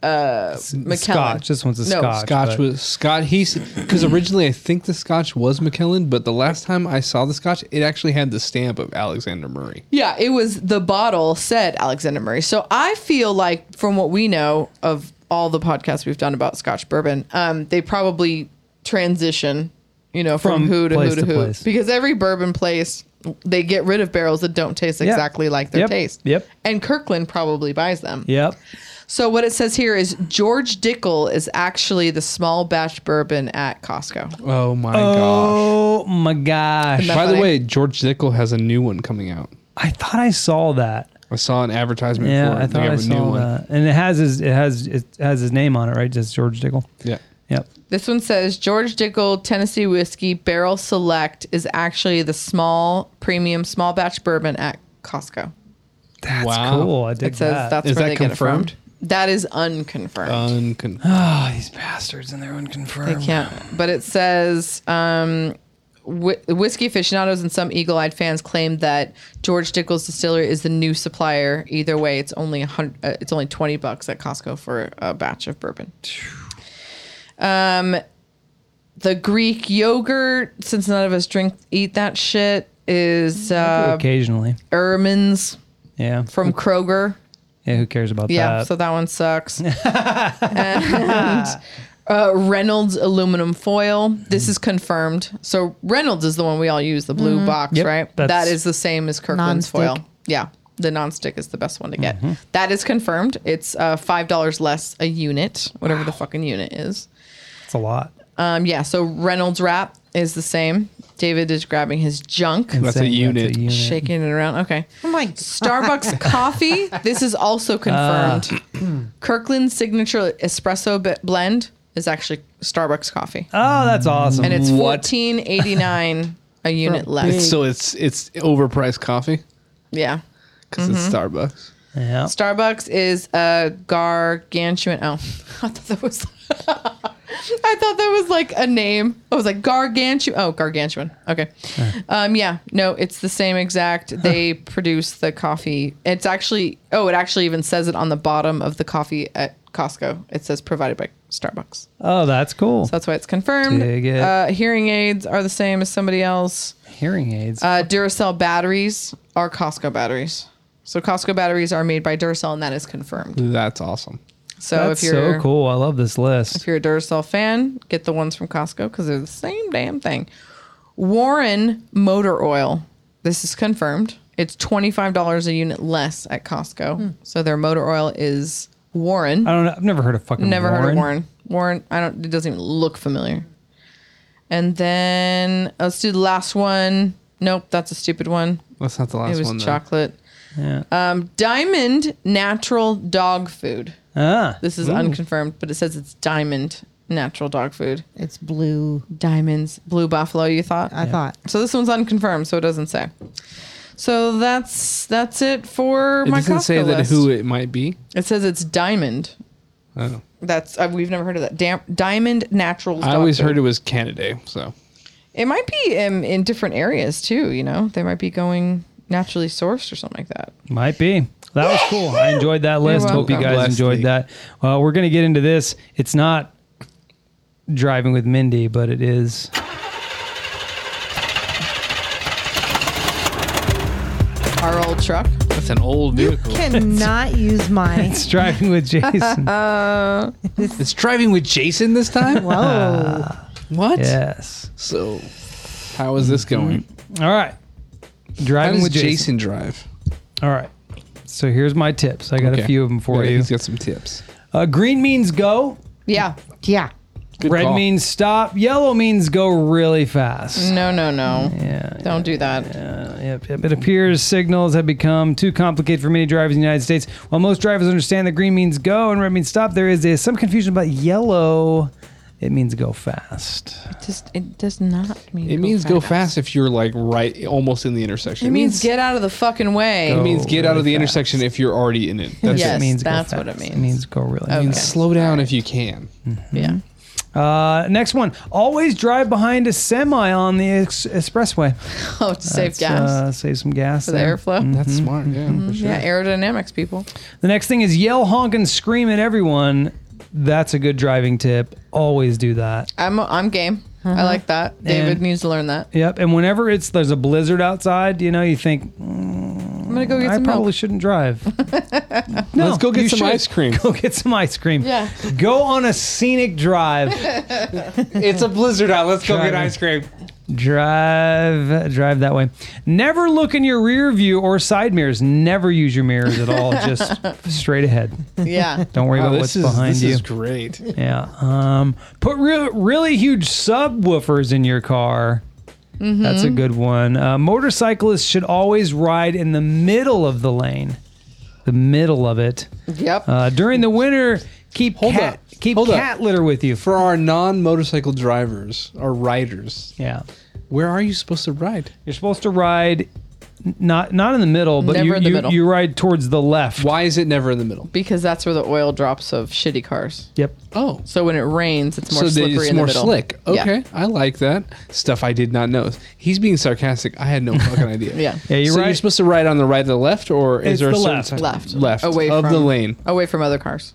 Speaker 3: McKellen.
Speaker 4: Scotch. This one's a
Speaker 3: No.
Speaker 4: Scotch.
Speaker 5: Scotch
Speaker 4: but-
Speaker 5: was Scott. He's because originally I think the Scotch was McKellen, but the last time I saw the Scotch, it actually had the stamp of Alexander Murray.
Speaker 3: Yeah, it was the bottle said Alexander Murray. So I feel like from what we know of all the podcasts we've done about Scotch bourbon, um, they probably transition, you know, from,
Speaker 4: From
Speaker 3: who to
Speaker 4: place
Speaker 3: who to,
Speaker 4: to
Speaker 3: who
Speaker 4: place.
Speaker 3: because every bourbon place they get rid of barrels that don't taste
Speaker 4: Yeah.
Speaker 3: exactly like their
Speaker 4: Yep.
Speaker 3: taste.
Speaker 4: Yep.
Speaker 3: And Kirkland probably buys them.
Speaker 4: Yep.
Speaker 3: So what it says here is George Dickel is actually the small batch bourbon at Costco.
Speaker 5: Oh my
Speaker 4: Oh my gosh.
Speaker 3: Isn't
Speaker 5: gosh!
Speaker 3: that
Speaker 5: By the
Speaker 3: funny?
Speaker 5: way, George Dickel has a new one coming out.
Speaker 4: I thought I saw that.
Speaker 5: I saw an advertisement
Speaker 4: Yeah,
Speaker 5: for it.
Speaker 4: I
Speaker 5: they
Speaker 4: thought
Speaker 5: have
Speaker 4: I
Speaker 5: a new
Speaker 4: saw
Speaker 5: one.
Speaker 4: that. And it has his it has it has his name on it, right? Just George Dickel.
Speaker 5: Yeah.
Speaker 4: Yep.
Speaker 3: This one says George Dickel Tennessee Whiskey Barrel Select is actually the small premium small batch bourbon at Costco.
Speaker 4: That's
Speaker 5: Wow.
Speaker 4: cool. I dig
Speaker 3: It says
Speaker 4: that.
Speaker 3: that's
Speaker 5: Is
Speaker 3: where
Speaker 5: that
Speaker 3: they
Speaker 5: confirmed?
Speaker 3: get it from. That is unconfirmed.
Speaker 5: Uncon-
Speaker 4: Oh, these bastards and they're unconfirmed.
Speaker 3: I can't. But it says um, whi whiskey aficionados and some eagle-eyed fans claim that George Dickel's distillery is the new supplier. Either way, it's only a hun- uh, it's only twenty bucks at Costco for a batch of bourbon. Um, the Greek yogurt, since none of us drink eat that shit, is uh,
Speaker 4: Occasionally.
Speaker 3: Ehrman's
Speaker 4: Yeah.
Speaker 3: from Kroger.
Speaker 4: Yeah, who cares about
Speaker 3: Yeah,
Speaker 4: that?
Speaker 3: so that one
Speaker 4: [LAUGHS]
Speaker 3: sucks. and uh, Reynolds aluminum foil. This is confirmed. So Reynolds is the one we all use, the blue box,
Speaker 4: Mm-hmm. Yep,
Speaker 3: right? That
Speaker 4: that's-
Speaker 3: is the same as Kirkland's foil.
Speaker 2: Nonstick.
Speaker 3: Yeah, the nonstick is the best one to get.
Speaker 4: Mm-hmm.
Speaker 3: That is confirmed. It's uh, five dollars less a unit, whatever the fucking unit is.
Speaker 4: That's a lot.
Speaker 3: Um, yeah, so Reynolds wrap is the same. David is grabbing his junk,
Speaker 5: That's a
Speaker 4: Saying
Speaker 5: unit.
Speaker 3: shaking it around. Okay.
Speaker 2: Oh my!
Speaker 5: [LAUGHS]
Speaker 3: Starbucks coffee. This is also confirmed.
Speaker 5: Uh,
Speaker 3: [CLEARS THROAT] Kirkland's signature espresso b- blend is actually Starbucks coffee,
Speaker 4: Oh, that's awesome.
Speaker 3: Mm. and it's
Speaker 5: what?
Speaker 3: fourteen eighty nine a unit less.
Speaker 5: so it's it's overpriced coffee
Speaker 3: Yeah,
Speaker 5: because it's Starbucks.
Speaker 4: yeah.
Speaker 3: Starbucks is a gargantuan. Oh, [LAUGHS] I thought that was. [LAUGHS] I thought that was like a name. I was like gargantuan. Oh, gargantuan. Okay. Um. Yeah. No, it's the same
Speaker 4: [LAUGHS]
Speaker 3: exact. They produce the coffee. It's actually. Oh, it actually even says it on the bottom of the coffee at Costco. It says provided by Starbucks.
Speaker 4: Oh, that's cool.
Speaker 3: That's why it's confirmed.
Speaker 4: Dig it.
Speaker 3: Uh, hearing aids are the same as somebody else.
Speaker 4: Hearing aids.
Speaker 3: Uh, Duracell batteries are Costco batteries. So Costco batteries are made by Duracell, and that is confirmed.
Speaker 5: That's awesome.
Speaker 3: So
Speaker 4: That's
Speaker 3: if you're
Speaker 4: so cool. I love this
Speaker 3: if
Speaker 4: list.
Speaker 3: you're a Duracell fan, get the ones from Costco because they're the same damn thing. Warren Motor Oil. This is confirmed. It's $25 a unit less at Costco. So their motor oil is Warren.
Speaker 4: Hmm. I don't know. I've never heard of fucking
Speaker 3: Never
Speaker 4: Warren.
Speaker 3: heard of Warren. Warren, I don't it doesn't even look familiar. And then uh, let's do the last one. Nope, that's a stupid one.
Speaker 5: That's not the last
Speaker 3: it was
Speaker 5: one. though.
Speaker 3: chocolate.
Speaker 4: Yeah.
Speaker 3: Um, Diamond natural dog food.
Speaker 4: ah.
Speaker 3: This
Speaker 5: Mm.
Speaker 3: is unconfirmed, but it says it's diamond natural dog food.
Speaker 2: It's blue.
Speaker 3: Diamonds, blue buffalo, you thought?
Speaker 2: I thought.
Speaker 3: So this one's unconfirmed, so it doesn't say. So that's that's it for
Speaker 5: It
Speaker 3: my
Speaker 5: doesn't
Speaker 3: Costco
Speaker 5: say that
Speaker 3: list.
Speaker 5: who it might be.
Speaker 3: It says it's diamond.
Speaker 5: Oh.
Speaker 3: That's uh, we've never heard of that. Dam- diamond natural.
Speaker 5: I always heard it was Canada. So
Speaker 3: It might be um, in different areas too. You know, they might be going naturally sourced or something like that.
Speaker 4: Might be. That was cool. I enjoyed that list. Hope you
Speaker 5: welcome.
Speaker 4: guys
Speaker 5: Blessed
Speaker 4: enjoyed
Speaker 5: week.
Speaker 4: that. Uh, we're going to get into this. It's not driving with Mindy, but it is. [LAUGHS]
Speaker 3: Our old truck.
Speaker 5: that's an old vehicle.
Speaker 2: Cannot use mine.
Speaker 4: It's driving with Jason.
Speaker 3: Uh,
Speaker 5: It's driving with Jason this time.
Speaker 2: Whoa.
Speaker 5: what?
Speaker 4: yes.
Speaker 5: So how is this going?
Speaker 4: All right.
Speaker 5: How
Speaker 4: Driving
Speaker 5: does
Speaker 4: with Mm-hmm. Jason.
Speaker 5: Jason. drive?
Speaker 4: All right. So here's my tips. I got
Speaker 5: Okay.
Speaker 4: a few of them for
Speaker 5: Yeah,
Speaker 4: you.
Speaker 5: He's got some tips.
Speaker 4: Uh, green means go.
Speaker 3: Yeah.
Speaker 2: Yeah.
Speaker 5: Good
Speaker 4: Red
Speaker 5: call.
Speaker 4: means stop. Yellow means go really fast.
Speaker 3: No, no, no.
Speaker 4: Yeah.
Speaker 3: Don't do that.
Speaker 4: Uh, yep, yep. It appears signals have become too complicated for many drivers in the United States. While most drivers understand that green means go and red means stop, there is uh, some confusion about yellow. It means go fast.
Speaker 3: It just it does not mean.
Speaker 5: It means go fast if you're like right almost in the intersection.
Speaker 3: It means get out of the fucking way.
Speaker 5: It means
Speaker 4: Go
Speaker 5: get out of the
Speaker 4: really
Speaker 5: intersection if you're already in it. That's
Speaker 3: Yes,
Speaker 4: it means
Speaker 3: that's
Speaker 4: go
Speaker 3: what it
Speaker 4: fast. It
Speaker 3: means.
Speaker 4: means go really
Speaker 3: Okay.
Speaker 5: it. Slow down if you can.
Speaker 3: Yeah.
Speaker 4: Uh, next one. Always drive behind a semi on the ex- expressway.
Speaker 3: [LAUGHS] Oh, to save
Speaker 4: That's,
Speaker 3: gas
Speaker 4: Uh, save some gas.
Speaker 3: for the
Speaker 4: there.
Speaker 3: airflow.
Speaker 5: That's smart. Yeah, for sure.
Speaker 3: Yeah, aerodynamics, people.
Speaker 4: The next thing is yell, honk, and scream at everyone. That's a good driving tip. Always do that.
Speaker 3: I'm I'm game. I like that. David
Speaker 4: And-
Speaker 3: needs to learn that.
Speaker 4: Yep. And whenever it's there's a blizzard outside, you know, you think
Speaker 3: I'm gonna go get
Speaker 4: I
Speaker 3: some
Speaker 4: probably
Speaker 3: milk.
Speaker 4: shouldn't drive.
Speaker 3: [LAUGHS]
Speaker 4: no,
Speaker 5: Let's go
Speaker 4: you
Speaker 5: get some
Speaker 4: should.
Speaker 5: ice cream.
Speaker 4: [LAUGHS] Go get some ice cream.
Speaker 3: Yeah.
Speaker 4: Go on a
Speaker 3: [LAUGHS]
Speaker 4: scenic drive.
Speaker 5: it's a blizzard out. Let's go
Speaker 4: Try
Speaker 5: get
Speaker 4: it.
Speaker 5: ice cream.
Speaker 4: drive, drive that way. Never look in your rear view or side mirrors. Never use your mirrors at
Speaker 3: [LAUGHS]
Speaker 4: all. Just straight ahead.
Speaker 3: Yeah.
Speaker 5: [LAUGHS]
Speaker 4: Don't worry
Speaker 5: Wow,
Speaker 4: about
Speaker 5: this
Speaker 4: what's
Speaker 5: is
Speaker 4: behind
Speaker 5: this
Speaker 4: you.
Speaker 5: is great.
Speaker 4: Yeah. Um, put real, really huge subwoofers in your car. That's
Speaker 3: Mm-hmm.
Speaker 4: a good one. Uh, motorcyclists should always ride in the middle of the lane, the middle of it.
Speaker 3: Yep.
Speaker 4: Uh, during the winter, keep
Speaker 5: Hold
Speaker 4: cat,
Speaker 5: up.
Speaker 4: keep
Speaker 5: Hold up.
Speaker 4: cat litter with you.
Speaker 5: For our non-motorcycle drivers or riders,
Speaker 4: Yeah,
Speaker 5: where are you supposed to ride?
Speaker 4: you're supposed to ride n- not not in the middle, but
Speaker 3: Never
Speaker 4: you
Speaker 3: in the
Speaker 4: you,
Speaker 3: middle.
Speaker 4: you ride towards the left.
Speaker 5: Why is it never in the middle?
Speaker 3: because that's where the oil drops of shitty cars.
Speaker 4: Yep.
Speaker 5: Oh,
Speaker 3: So when it rains, it's more
Speaker 5: so
Speaker 3: slippery
Speaker 5: that it's
Speaker 3: in the
Speaker 5: more
Speaker 3: middle.
Speaker 5: slick.
Speaker 3: Yeah.
Speaker 5: Okay, I like that stuff. I did not know. He's being sarcastic. I had
Speaker 3: [LAUGHS]
Speaker 5: no fucking idea.
Speaker 3: Yeah.
Speaker 4: Yeah, you're
Speaker 5: so
Speaker 4: right.
Speaker 5: you're supposed to ride on the right, or the left, or is
Speaker 4: It's
Speaker 5: there a
Speaker 4: the
Speaker 5: certain
Speaker 4: left.
Speaker 5: time-
Speaker 3: Left.
Speaker 5: left
Speaker 3: Away
Speaker 5: of
Speaker 3: from
Speaker 5: the lane?
Speaker 3: Away from other cars.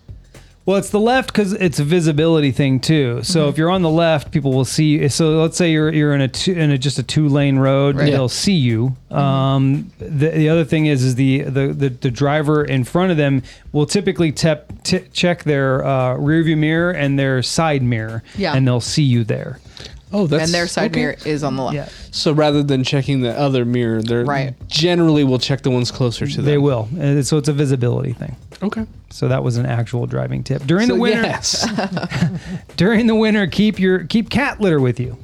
Speaker 4: Well, it's the left because it's a visibility thing too. So if you're on the left, people will see. You. So let's say you're you're in a two, in a, just a two lane road,
Speaker 3: Right.
Speaker 4: they'll see you. Um, the, the other thing is is the, the the the driver in front of them will typically tep, t- check their uh, rear view mirror and their side mirror,
Speaker 3: Yeah.
Speaker 4: and they'll see you there.
Speaker 5: Oh, that's
Speaker 3: and their side
Speaker 5: okay.
Speaker 3: mirror is on the left.
Speaker 4: Yeah,
Speaker 5: So rather than checking the other mirror, they're
Speaker 3: Right.
Speaker 5: generally will check the ones closer to them.
Speaker 4: they will. And so it's a visibility thing.
Speaker 5: Okay.
Speaker 4: So that was an actual driving tip during
Speaker 5: So
Speaker 4: the
Speaker 3: [LAUGHS]
Speaker 4: winter.
Speaker 5: yes.
Speaker 4: During the winter, keep your keep cat litter with you.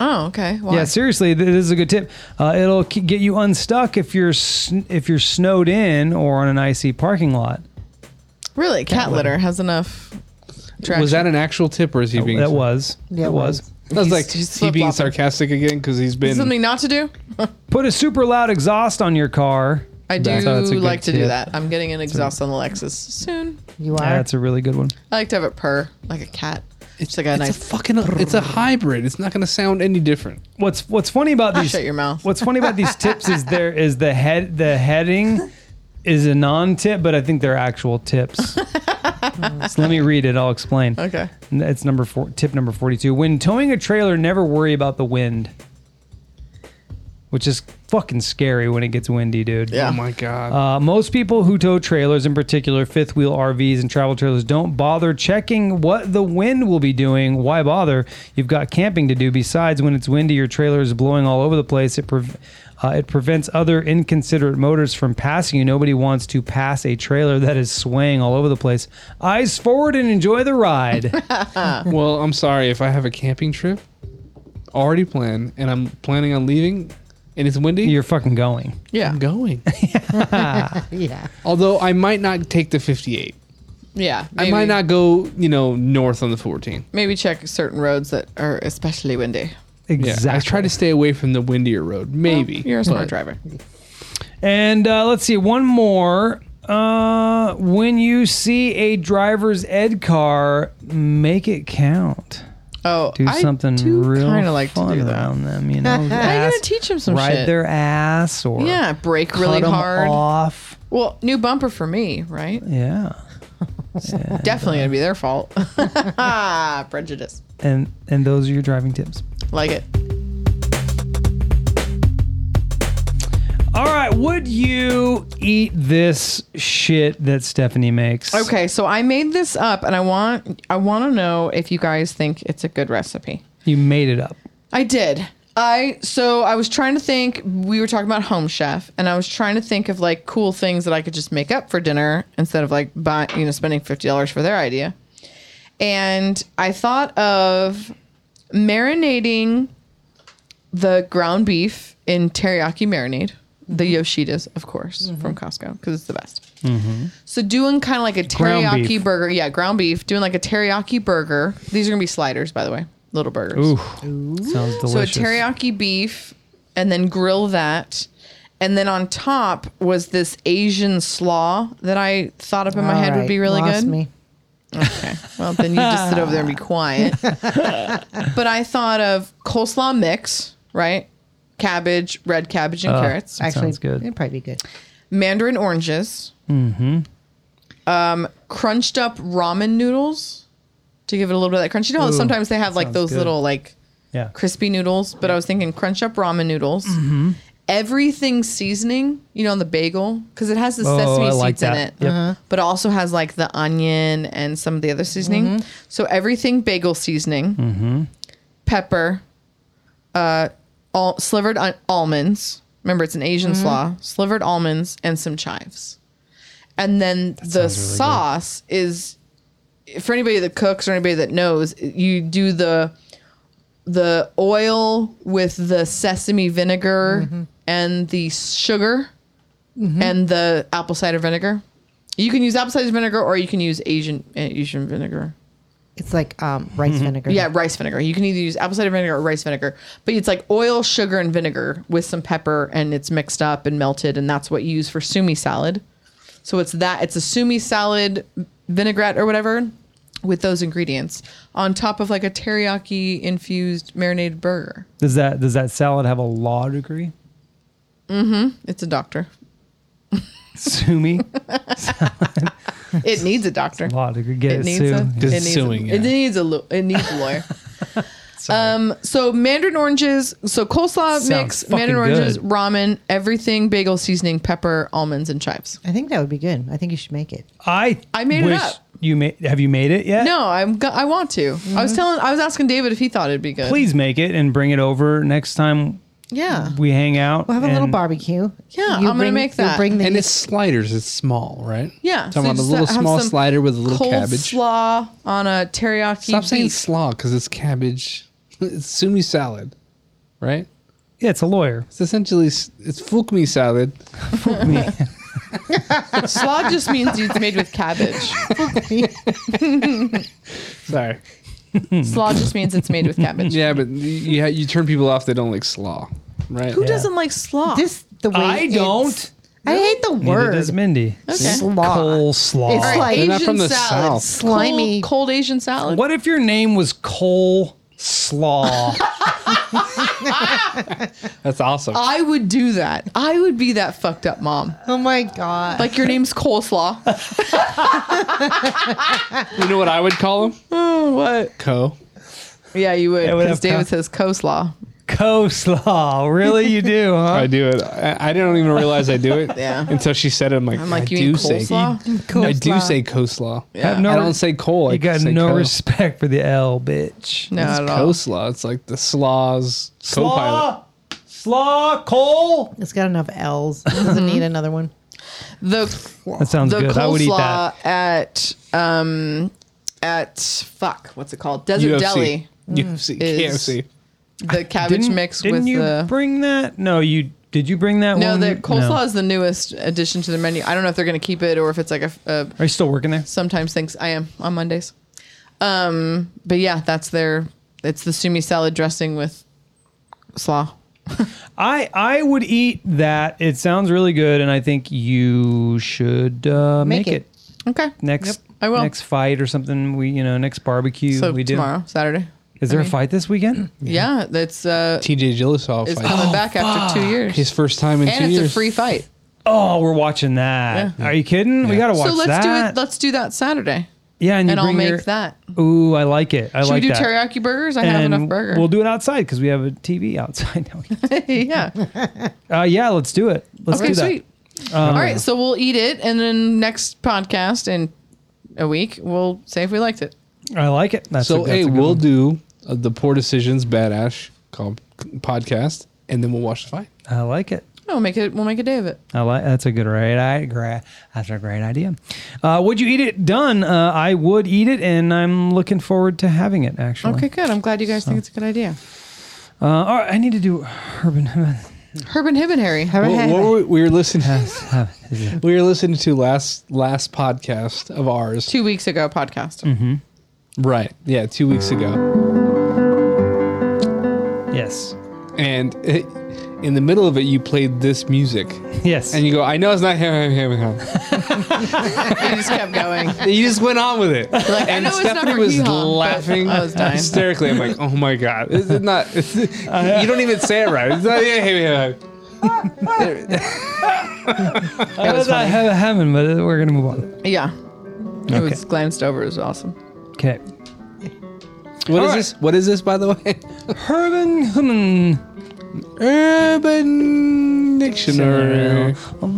Speaker 3: Oh, okay. Why?
Speaker 4: Yeah, seriously, th- this is a good tip. Uh, it'll k- get you unstuck if you're sn- if you're snowed in or on an icy parking lot.
Speaker 3: Really? Cat, litter has enough traction.
Speaker 5: was that an actual tip or is he being?
Speaker 4: That was
Speaker 2: Yeah,
Speaker 4: that
Speaker 2: it
Speaker 4: was.
Speaker 2: was.
Speaker 5: I was
Speaker 3: He's-
Speaker 5: like,
Speaker 3: he's
Speaker 5: is he being
Speaker 3: flip-flopping.
Speaker 5: sarcastic again because he's been.
Speaker 3: something not to do? [LAUGHS]
Speaker 4: Put a super loud exhaust on your car.
Speaker 3: I do
Speaker 4: That's- that's a good
Speaker 3: like to do
Speaker 4: tip.
Speaker 3: that. I'm getting an exhaust on the Lexus soon.
Speaker 2: You are.
Speaker 4: Yeah, that's a really good one.
Speaker 3: I like to have it purr like a cat. It's like a
Speaker 5: it's
Speaker 3: nice.
Speaker 5: a fucking. It's a hybrid. It's not going to sound any different.
Speaker 4: What's what's funny about
Speaker 3: Ah,
Speaker 4: these?
Speaker 3: shut your mouth.
Speaker 4: What's funny about
Speaker 3: [LAUGHS]
Speaker 4: these tips is there is the head the heading is a non-tip, but I think they're
Speaker 3: [LAUGHS]
Speaker 4: actual tips. so let me read it. I'll explain.
Speaker 3: okay.
Speaker 4: N- It's number four, tip number forty-two. When towing a trailer, never worry about the wind. which is fucking scary when it gets windy, dude.
Speaker 5: Oh
Speaker 3: Yeah.
Speaker 5: my god.
Speaker 4: Uh, most people who tow trailers, in particular fifth wheel RVs and travel trailers, don't bother checking what the wind will be doing. Why bother? You've got camping to do. Besides, when it's windy, your trailer is blowing all over the place. It pre- uh, it prevents other inconsiderate motors from passing you. Nobody wants to pass a trailer that is swaying all over the place. Eyes forward and enjoy the ride. [LAUGHS]
Speaker 5: well, I'm sorry if I have a camping trip already planned and I'm planning on leaving and it's windy.
Speaker 4: You're fucking going.
Speaker 3: Yeah. [LAUGHS]
Speaker 5: I'm going.
Speaker 2: Yeah.
Speaker 5: Although I might not take the 58.
Speaker 3: Yeah.
Speaker 5: I might
Speaker 3: maybe-
Speaker 5: not go, you know, north on the 14.
Speaker 3: Maybe check certain roads that are especially windy.
Speaker 5: Yeah,
Speaker 4: Exactly.
Speaker 5: I try to stay away from the windier road. Maybe
Speaker 3: You're a smart
Speaker 5: but-
Speaker 3: driver.
Speaker 4: And uh, let's see, one more. Uh, when you see a driver's ed car, make it count.
Speaker 3: Oh,
Speaker 4: Do
Speaker 3: I
Speaker 4: something
Speaker 3: do
Speaker 4: real
Speaker 3: kinda like to
Speaker 4: fun
Speaker 3: do that.
Speaker 4: around them. You know,
Speaker 3: [LAUGHS] How you gonna
Speaker 4: Ass-
Speaker 3: teach him some
Speaker 4: ride
Speaker 3: shit?
Speaker 4: their ass or
Speaker 3: Yeah, brake
Speaker 4: cut
Speaker 3: really
Speaker 4: 'em
Speaker 3: hard.
Speaker 4: off.
Speaker 3: Well, new bumper for me, right?
Speaker 4: Yeah,
Speaker 3: Definitely gonna be their
Speaker 4: [LAUGHS]
Speaker 3: fault. [LAUGHS] Prejudice.
Speaker 4: and and those are your driving tips.
Speaker 3: Like it.
Speaker 4: All right, would you eat this shit that Stephanie makes?
Speaker 3: Okay, so I made this up, and I want I want to know if you guys think it's a good recipe.
Speaker 4: you made it up.
Speaker 3: I did. I so I was trying to think. We were talking about Home Chef, and I was trying to think of like cool things that I could just make up for dinner instead of like buy, you know spending fifty dollars for their idea. And I thought of marinating the ground beef in teriyaki marinade, the
Speaker 4: Mm-hmm.
Speaker 3: Yoshidas, of course, from Costco because it's the best. So doing kind of like a
Speaker 4: Mm-hmm. Ground beef.
Speaker 3: teriyaki burger, yeah, ground beef. Doing like a teriyaki burger. These are gonna be sliders, by the way, little burgers.
Speaker 4: Ooh, sounds delicious.
Speaker 3: So a teriyaki beef, and then grill that, and then on top was this Asian slaw that I thought up in my
Speaker 2: All
Speaker 3: head would
Speaker 2: right,
Speaker 3: be really
Speaker 2: lost
Speaker 3: good.
Speaker 2: Me.
Speaker 3: Okay. Well, then you just sit over there and be quiet. but I thought of coleslaw mix, right? Cabbage, red cabbage, and carrots.
Speaker 4: That
Speaker 2: Actually,
Speaker 4: sounds good.
Speaker 2: It'd probably be good.
Speaker 3: Mandarin oranges. Mm-hmm. Um, crunched up ramen noodles to give it a little bit of that crunch. You know, how
Speaker 4: Ooh,
Speaker 3: sometimes they have like
Speaker 4: sounds
Speaker 3: those
Speaker 4: good.
Speaker 3: little like
Speaker 4: yeah. Mm-hmm.
Speaker 3: crispy noodles, but I was thinking crunch up ramen noodles. Everything seasoning, you know, on the bagel because it has the
Speaker 4: Oh,
Speaker 3: sesame
Speaker 4: I
Speaker 3: seeds
Speaker 4: like
Speaker 3: in
Speaker 4: that.
Speaker 3: it,
Speaker 4: Yep. Uh-huh.
Speaker 3: but also has like the onion and some of the other seasoning.
Speaker 4: Mm-hmm.
Speaker 3: So everything bagel seasoning, pepper, uh, all slivered on- almonds. Remember, it's an Asian
Speaker 4: Mm-hmm.
Speaker 3: slaw. Slivered almonds and some chives, and then the sauce is for anybody that cooks or anybody that knows, you do the the oil with the sesame vinegar and the sugar and the apple cider vinegar. You can use apple cider vinegar or you can use Asian uh, Asian vinegar.
Speaker 2: It's like um, rice
Speaker 4: Mm-hmm.
Speaker 2: vinegar.
Speaker 3: Yeah, rice vinegar. You can either use apple cider vinegar or rice vinegar, but it's like oil, sugar, and vinegar with some pepper, and it's mixed up and melted, and that's what you use for sumi salad. So it's that it's a sumi salad vinaigrette or whatever with those ingredients on top of like a teriyaki infused marinated burger.
Speaker 4: Does that does that salad have a law degree?
Speaker 3: It's a doctor. [LAUGHS]
Speaker 4: Sumi
Speaker 3: It needs a doctor.
Speaker 4: law degree. Get it,
Speaker 3: It needs
Speaker 4: Sue.
Speaker 3: a
Speaker 5: Just
Speaker 3: it needs
Speaker 5: suing,
Speaker 3: a, it
Speaker 5: yeah.
Speaker 3: needs a lo- it needs a
Speaker 5: [LAUGHS]
Speaker 3: lawyer. um, so mandarin oranges, so coleslaw
Speaker 4: Sounds
Speaker 3: mix,
Speaker 4: fucking
Speaker 3: mandarin oranges,
Speaker 4: good.
Speaker 3: ramen, everything, bagel seasoning, pepper, almonds, and chives.
Speaker 2: I think that would be good. I think you should make it.
Speaker 4: I
Speaker 3: I made it
Speaker 4: wish
Speaker 3: up.
Speaker 4: You made? Have you made it yet?
Speaker 3: No, I'm go- I want to. I
Speaker 5: Mm-hmm.
Speaker 3: was telling I was asking David if he thought it'd be good.
Speaker 4: Please make it and bring it over next time
Speaker 3: Yeah.
Speaker 4: we hang out.
Speaker 2: We'll Oh, have a little
Speaker 4: and-
Speaker 2: barbecue.
Speaker 3: Yeah,
Speaker 2: You
Speaker 3: I'm gonna
Speaker 2: bring-
Speaker 3: make
Speaker 2: you
Speaker 3: that.
Speaker 2: Bring the
Speaker 5: And it's sliders. It's small, right?
Speaker 3: Yeah.
Speaker 5: Talking
Speaker 3: so
Speaker 5: about a
Speaker 3: just
Speaker 5: little
Speaker 3: have
Speaker 5: small
Speaker 3: some
Speaker 5: slider with a little
Speaker 3: cold
Speaker 5: cabbage.
Speaker 3: slaw on a teriyaki
Speaker 5: Stop saying
Speaker 3: beef.
Speaker 5: slaw because it's cabbage. [LAUGHS] It's sumi salad, right?
Speaker 4: Yeah, it's a lawyer.
Speaker 5: It's essentially s- it's fukmi salad.
Speaker 3: slaw just means it's made with
Speaker 5: [LAUGHS]
Speaker 3: cabbage.
Speaker 5: Sorry.
Speaker 3: slaw just means it's made with cabbage.
Speaker 5: Yeah, but y- you ha- you turn people off. They don't like slaw, right?
Speaker 3: Who doesn't like slaw?
Speaker 2: this the way
Speaker 4: I
Speaker 2: it's-
Speaker 4: don't.
Speaker 2: I hate the
Speaker 4: Neither
Speaker 2: word.
Speaker 4: does Mindy.
Speaker 2: Slaw.
Speaker 4: Coleslaw.
Speaker 2: It's like-
Speaker 5: They're not from the South.
Speaker 2: Slimy.
Speaker 3: Cold, cold Asian salad.
Speaker 4: what if your name
Speaker 3: [LAUGHS]
Speaker 4: was Cole Slaw?
Speaker 5: That's awesome.
Speaker 3: I would do that. I would be that fucked up mom.
Speaker 2: Oh my god!
Speaker 3: Like your name's
Speaker 4: [LAUGHS]
Speaker 3: coleslaw.
Speaker 5: you know what I would call them?
Speaker 3: Oh, what?
Speaker 5: Co.
Speaker 3: Yeah, you would.
Speaker 4: Yeah, we
Speaker 3: Because
Speaker 4: have co-
Speaker 3: David says coleslaw.
Speaker 4: coleslaw. Really, you do,
Speaker 3: [LAUGHS]
Speaker 4: huh?
Speaker 5: I do it. I, I don't even realize I do it.
Speaker 3: Yeah.
Speaker 5: Until she said it. I'm like,
Speaker 3: I'm like, you
Speaker 5: I do
Speaker 3: mean
Speaker 5: say
Speaker 3: coleslaw?
Speaker 5: I do
Speaker 4: Coleslaw.
Speaker 5: say coleslaw.
Speaker 3: Yeah.
Speaker 4: Have no
Speaker 5: I
Speaker 4: re-
Speaker 5: don't say coal. I
Speaker 4: you got
Speaker 5: say
Speaker 4: no
Speaker 5: co.
Speaker 4: respect for the L, bitch.
Speaker 3: No,
Speaker 5: It's
Speaker 3: at all.
Speaker 5: coleslaw. It's like the slaw's co-pilot.
Speaker 4: slaw, coal.
Speaker 2: It's got enough L's. It doesn't need another one.
Speaker 3: The
Speaker 4: That sounds
Speaker 3: the
Speaker 4: good. I would eat that.
Speaker 3: coleslaw at um at fuck, what's it called? Desert
Speaker 5: UFC.
Speaker 3: Deli.
Speaker 5: UFC.
Speaker 3: is-
Speaker 5: KFC.
Speaker 3: The cabbage
Speaker 4: didn't,
Speaker 3: mix
Speaker 4: didn't
Speaker 3: with
Speaker 4: you
Speaker 3: the
Speaker 4: bring that? No, you did. You bring that
Speaker 3: no,
Speaker 4: one?
Speaker 3: the coleslaw
Speaker 4: No.
Speaker 3: is the newest addition to the menu. I don't know if they're going to keep it or if it's like a, a
Speaker 4: Are you still working there?
Speaker 3: sometimes things. I am on Mondays, um, but yeah, that's their. It's the sumi salad dressing with slaw.
Speaker 4: I I would eat that. It sounds really good, and I think you should uh, make,
Speaker 2: Make
Speaker 4: it.
Speaker 2: it.
Speaker 3: Okay,
Speaker 4: next.
Speaker 3: I will.
Speaker 4: next fight or something. We you know next barbecue
Speaker 3: so
Speaker 4: we do.
Speaker 3: tomorrow Saturday.
Speaker 4: Is there
Speaker 3: I mean-
Speaker 4: a fight this weekend? [CLEARS THROAT]
Speaker 3: Yeah, that's uh,
Speaker 5: TJ Gillisaw
Speaker 3: is
Speaker 5: fight.
Speaker 3: coming back after two years,
Speaker 5: His first time in
Speaker 3: and
Speaker 5: two
Speaker 3: it's
Speaker 5: years.
Speaker 3: a free fight.
Speaker 4: Oh, we're watching that. Are you kidding? We gotta watch
Speaker 3: so let's
Speaker 4: that.
Speaker 3: do it. Let's do that Saturday,
Speaker 4: yeah, and, you
Speaker 3: and I'll
Speaker 4: bring
Speaker 3: make
Speaker 4: your-
Speaker 3: that.
Speaker 4: Ooh, I like it. I
Speaker 3: Should
Speaker 4: like
Speaker 3: we do
Speaker 4: that.
Speaker 3: teriyaki burgers? I have
Speaker 4: and
Speaker 3: enough burger.
Speaker 4: We'll do it outside because we have a TV outside. [LAUGHS] now.
Speaker 3: [LAUGHS] yeah.
Speaker 4: uh, yeah, let's do it. Let's
Speaker 3: Okay,
Speaker 4: do that. Um,
Speaker 3: sweet. All right, so we'll eat it, and then next podcast in a week, we'll say if we liked it.
Speaker 4: I like it. That's
Speaker 5: So
Speaker 4: a, that's
Speaker 5: hey,
Speaker 4: a good
Speaker 5: we'll
Speaker 4: one.
Speaker 5: do uh, the Poor Decisions Badass called podcast, and then we'll watch the fight.
Speaker 4: I like it.
Speaker 3: We'll make it. We'll make a day of it.
Speaker 4: I like that's a good right. I gra- that's a great idea. Uh, would you eat it? Done. Uh, I would eat it, and I'm looking forward to having it. Actually,
Speaker 3: Okay, good. I'm glad you guys think it's a good idea.
Speaker 4: Uh, all right, I need to do urban.
Speaker 3: Herb and Hib and Harry.
Speaker 5: What, what were we, we were listening.
Speaker 3: [LAUGHS]
Speaker 4: Urban.
Speaker 5: we were listening [LAUGHS] to last last podcast of ours.
Speaker 3: Two weeks ago podcast.
Speaker 4: Mm-hmm.
Speaker 5: Right. Yeah, two weeks ago,
Speaker 4: yes.
Speaker 5: and it, in the middle of it, you played this music,
Speaker 4: Yes.
Speaker 5: and you go, "I know it's not him, him, him, him."
Speaker 3: [LAUGHS] I just kept
Speaker 4: [LAUGHS]
Speaker 3: going.
Speaker 5: And you just went on with it.
Speaker 3: I
Speaker 5: and
Speaker 3: know it's not
Speaker 5: Stephanie
Speaker 3: for
Speaker 5: was
Speaker 3: hee-haw, but
Speaker 5: laughing
Speaker 3: I was dying.
Speaker 5: hysterically. I'm like, oh my god, this
Speaker 3: [LAUGHS]
Speaker 5: is not. [LAUGHS] it's-
Speaker 3: Uh-huh.
Speaker 5: you don't even say it right. It's not, yeah, yeah, yeah.
Speaker 4: I was not have Uh, heaven, but we're gonna move on.
Speaker 3: Yeah. It
Speaker 4: Okay.
Speaker 3: was glanced over. It was awesome.
Speaker 4: Okay.
Speaker 5: What is
Speaker 4: right.
Speaker 5: this? What is this, by the way?
Speaker 4: Urban Human
Speaker 5: Urban Dictionary.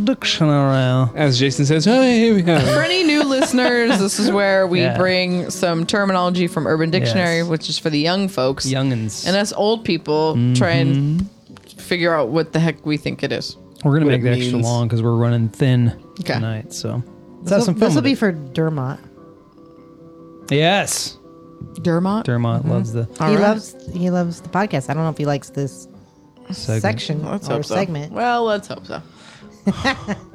Speaker 4: Dictionary.
Speaker 5: As Jason says, oh, here
Speaker 3: [LAUGHS]
Speaker 5: we
Speaker 3: For
Speaker 5: go.
Speaker 3: any new
Speaker 4: [LAUGHS]
Speaker 3: listeners, this is where we
Speaker 4: Yeah.
Speaker 3: bring some terminology from Urban Dictionary,
Speaker 4: Yes.
Speaker 3: which is for the young folks.
Speaker 4: Youngins.
Speaker 3: And us old people try and
Speaker 4: Mm-hmm.
Speaker 3: figure out what the heck we think it is.
Speaker 4: we're gonna
Speaker 5: what
Speaker 4: make
Speaker 5: it
Speaker 4: that extra
Speaker 5: means.
Speaker 4: long because we're running thin
Speaker 3: Okay.
Speaker 4: tonight. So let's have
Speaker 2: This
Speaker 4: some
Speaker 2: will,
Speaker 4: fun. with
Speaker 2: be
Speaker 4: it.
Speaker 2: for Dermot.
Speaker 4: yes.
Speaker 3: Dermot.
Speaker 4: Dermot
Speaker 2: Mm-hmm.
Speaker 4: loves the
Speaker 2: he
Speaker 3: right.
Speaker 2: loves he loves the podcast. I don't know if he likes this
Speaker 4: segment.
Speaker 2: section
Speaker 3: Let's
Speaker 2: or
Speaker 3: hope so.
Speaker 2: segment.
Speaker 3: Well, let's hope so.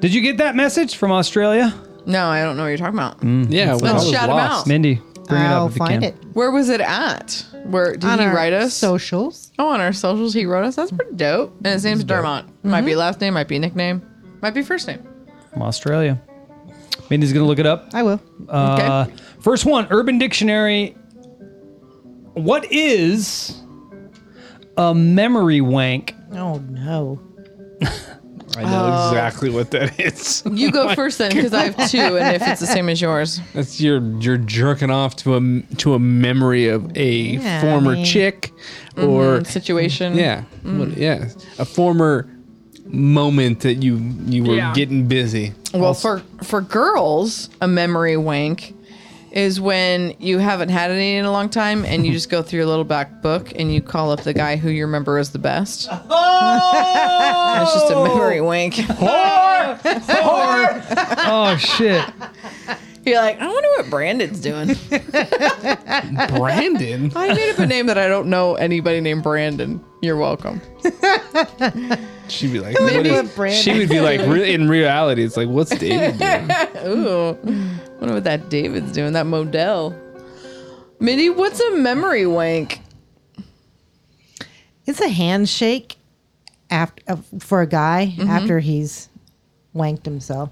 Speaker 4: Did you get that message from Australia,
Speaker 3: No, I don't know what you're talking about.
Speaker 4: Mm.
Speaker 5: Yeah, well,
Speaker 3: Let's
Speaker 5: I was
Speaker 3: shout him
Speaker 5: lost.
Speaker 3: out.
Speaker 4: Mindy? Bring it up
Speaker 2: I'll
Speaker 4: if you
Speaker 2: find
Speaker 4: can.
Speaker 2: it
Speaker 3: Where was it at? Where did
Speaker 2: on
Speaker 3: he
Speaker 2: our
Speaker 3: write us?
Speaker 2: socials.
Speaker 3: Oh, on our socials, he wrote us. That's pretty dope. Mm-hmm. And his name's Dermont. Might be last name, might be nickname, might be first [LAUGHS] name.
Speaker 4: From Australia. Mindy's gonna look it up.
Speaker 2: I will.
Speaker 4: Uh, First one, Urban Dictionary. What is a memory wank?
Speaker 2: Oh no.
Speaker 5: I
Speaker 2: Oh.
Speaker 5: know exactly what that [LAUGHS] is.
Speaker 3: You go first then, because I have two, and if it's the same as yours,
Speaker 5: That's you're you're jerking off to a to a memory of a
Speaker 2: Yeah, I
Speaker 5: former
Speaker 2: mean- mm-hmm,
Speaker 5: chick, or
Speaker 3: situation.
Speaker 5: [LAUGHS] yeah,
Speaker 2: mm.
Speaker 5: what- yeah, a former moment that you you were
Speaker 3: Yeah.
Speaker 5: getting busy.
Speaker 3: Well, for for girls, a memory wank is when you haven't had any in a long time, and you just go through your little back book and you call up the guy who you remember as the best. [LAUGHS] Oh, it's just a memory wank. [LAUGHS]
Speaker 2: [LAUGHS]
Speaker 4: Oh shit!
Speaker 3: You're like, I wonder what Brandon's [LAUGHS] doing.
Speaker 5: [LAUGHS] Brandon,
Speaker 3: I made up a name that I don't know anybody named Brandon. You're welcome.
Speaker 5: she'd be like, what
Speaker 2: what
Speaker 5: is,
Speaker 2: Brandon-
Speaker 5: she would be like, re- in reality, it's like, what's
Speaker 2: [LAUGHS]
Speaker 5: David doing?
Speaker 3: Ooh, wonder what that David's doing. That Modell. Mindy, what's a memory wank?
Speaker 2: It's a handshake after uh, for a guy
Speaker 3: Mm-hmm.
Speaker 2: after he's wanked himself.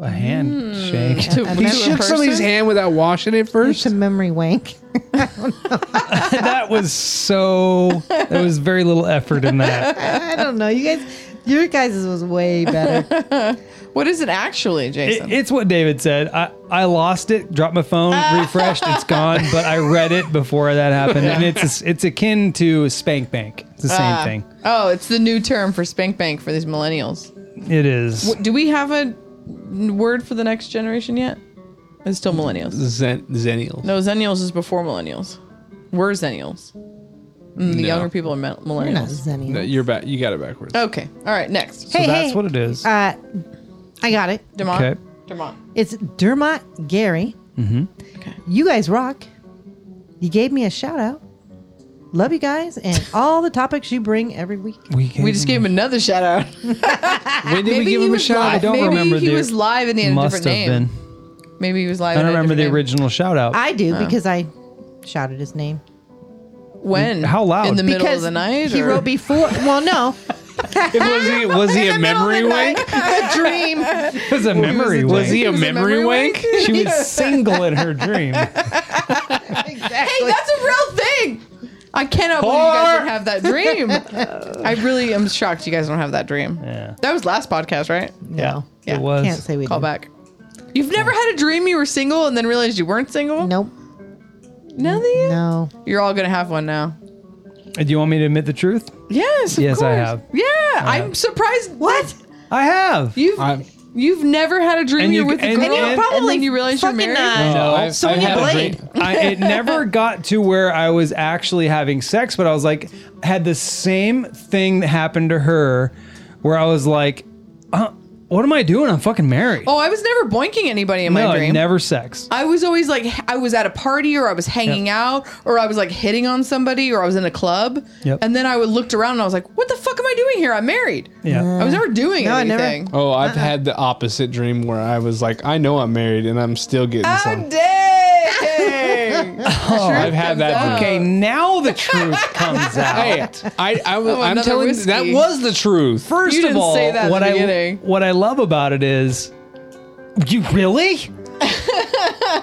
Speaker 4: A handshake.
Speaker 3: To,
Speaker 2: And
Speaker 3: to
Speaker 5: He
Speaker 3: a
Speaker 5: shook somebody's
Speaker 3: person?
Speaker 5: hand without washing it
Speaker 2: It's
Speaker 5: first.
Speaker 2: a memory wank. [LAUGHS]
Speaker 4: that was so. There was very little effort in
Speaker 2: [LAUGHS]
Speaker 4: that.
Speaker 2: I don't know. You guys Your guys' was way
Speaker 3: [LAUGHS]
Speaker 2: better.
Speaker 3: What is it actually,
Speaker 4: It,
Speaker 3: Jason?
Speaker 4: it's what David said. I, I lost it, dropped
Speaker 3: [LAUGHS]
Speaker 4: my phone, refreshed, it's gone. But I read it before that happened, and
Speaker 3: [LAUGHS]
Speaker 4: it's it's akin to a spank bank. It's the same
Speaker 3: Ah.
Speaker 4: thing.
Speaker 3: Oh, it's the new term for spank bank for these millennials.
Speaker 4: It is.
Speaker 3: Do we have a n- word for the next generation yet? It's still millennials.
Speaker 5: Zen- Zennial.
Speaker 3: No, Zennials is before millennials. We're Zennials. Mm, The
Speaker 5: No.
Speaker 3: younger people are mil-
Speaker 2: You're not
Speaker 3: millennials.
Speaker 2: zenny.
Speaker 5: No, you're back. You got
Speaker 2: [LAUGHS]
Speaker 5: it backwards.
Speaker 3: Okay. All right. Next.
Speaker 2: hey,
Speaker 4: that's
Speaker 2: hey.
Speaker 4: what it is.
Speaker 2: Uh, I got it.
Speaker 3: Demont.
Speaker 4: Okay.
Speaker 3: Demont.
Speaker 2: It's Dermot Gary.
Speaker 4: Mm-hmm.
Speaker 3: Okay.
Speaker 2: You guys rock. You gave me a shout out. Love you guys
Speaker 3: [LAUGHS]
Speaker 2: and all the topics you bring every week.
Speaker 3: We just gave him another shout out.
Speaker 4: When did we
Speaker 3: Maybe
Speaker 4: give
Speaker 3: he
Speaker 4: him a
Speaker 3: was
Speaker 4: shout out? I
Speaker 3: live.
Speaker 4: don't
Speaker 3: Maybe
Speaker 4: remember
Speaker 3: he
Speaker 4: the
Speaker 3: was live and he had a
Speaker 4: must
Speaker 3: different
Speaker 4: have
Speaker 3: name.
Speaker 4: been.
Speaker 3: Maybe he was live.
Speaker 4: I don't
Speaker 3: and had a
Speaker 4: remember the
Speaker 3: different name.
Speaker 4: original shout out.
Speaker 2: I do
Speaker 3: Oh.
Speaker 2: because I shouted his name.
Speaker 3: When?
Speaker 4: How loud?
Speaker 3: In the middle
Speaker 2: because
Speaker 3: of the night?
Speaker 2: he
Speaker 3: or-
Speaker 2: wrote before. Well,
Speaker 3: [LAUGHS]
Speaker 2: no,
Speaker 5: was he was he a memory wink?
Speaker 2: a dream.
Speaker 4: It was a memory
Speaker 5: Was
Speaker 3: [LAUGHS]
Speaker 5: he
Speaker 4: wink.
Speaker 5: a
Speaker 3: was a
Speaker 5: memory
Speaker 3: memory
Speaker 5: wink?
Speaker 4: She was single in her dream.
Speaker 3: [LAUGHS] Hey, that's a real thing. I cannot believe you guys don't have that dream.
Speaker 4: [LAUGHS]
Speaker 3: I really am shocked you guys don't have that dream.
Speaker 4: Yeah.
Speaker 3: That was last podcast, right?
Speaker 4: Yeah.
Speaker 2: No,
Speaker 3: [LAUGHS] Yeah.
Speaker 4: It was.
Speaker 2: can't say we
Speaker 3: Call
Speaker 2: do.
Speaker 3: back. You've never had a dream you were single and then realized you weren't single?
Speaker 2: Nope.
Speaker 3: None of you?
Speaker 2: No.
Speaker 3: You're all going to have one now.
Speaker 4: Do you want me to admit the truth?
Speaker 3: Yes, of
Speaker 4: Yes, I
Speaker 3: course.
Speaker 4: have.
Speaker 3: Yeah, I'm surprised. What?
Speaker 4: I have.
Speaker 3: You've
Speaker 5: I'm-
Speaker 3: you've never had a dream
Speaker 4: And
Speaker 3: you're
Speaker 4: you-
Speaker 3: with a
Speaker 4: and-
Speaker 3: girl
Speaker 4: and you
Speaker 3: and,
Speaker 2: probably
Speaker 3: then you realize you're
Speaker 2: fucking
Speaker 3: married?
Speaker 2: not.
Speaker 5: No,
Speaker 4: No.
Speaker 5: I've,
Speaker 2: Sonya
Speaker 5: I've had a
Speaker 2: Blade.
Speaker 5: dream.
Speaker 4: I,
Speaker 3: [LAUGHS]
Speaker 4: it never got to where I was actually having sex, but I was like, had the same thing that happened to her where I was like, uh, what am I doing? I'm fucking married.
Speaker 3: Oh, I was never boinking anybody in
Speaker 4: no,
Speaker 3: my dream.
Speaker 4: never sex.
Speaker 3: I was always like h- I was at a party or I was hanging out or I was like hitting on somebody or I was in a club.
Speaker 4: Yep.
Speaker 3: And then I would looked around and I was like, what the fuck am I doing here? I'm married.
Speaker 4: Yeah.
Speaker 3: I was never doing
Speaker 2: No, I never-
Speaker 3: anything.
Speaker 5: Oh, I've
Speaker 3: Uh-uh.
Speaker 5: had the opposite dream where I was like, I know I'm married and I'm still getting
Speaker 3: Oh,
Speaker 5: some. [LAUGHS]
Speaker 3: dang.
Speaker 5: I've had that. Dream.
Speaker 4: Okay, now
Speaker 3: [LAUGHS]
Speaker 4: the truth comes out.
Speaker 5: Hey, I, I, was I'm
Speaker 3: another
Speaker 5: telling you, that
Speaker 3: whiskey.
Speaker 5: was the truth.
Speaker 4: First
Speaker 3: You
Speaker 4: of
Speaker 3: didn't
Speaker 4: all,
Speaker 3: say that at
Speaker 4: what
Speaker 3: the
Speaker 4: I
Speaker 3: beginning.
Speaker 4: what I love about it is, you really?
Speaker 3: [LAUGHS]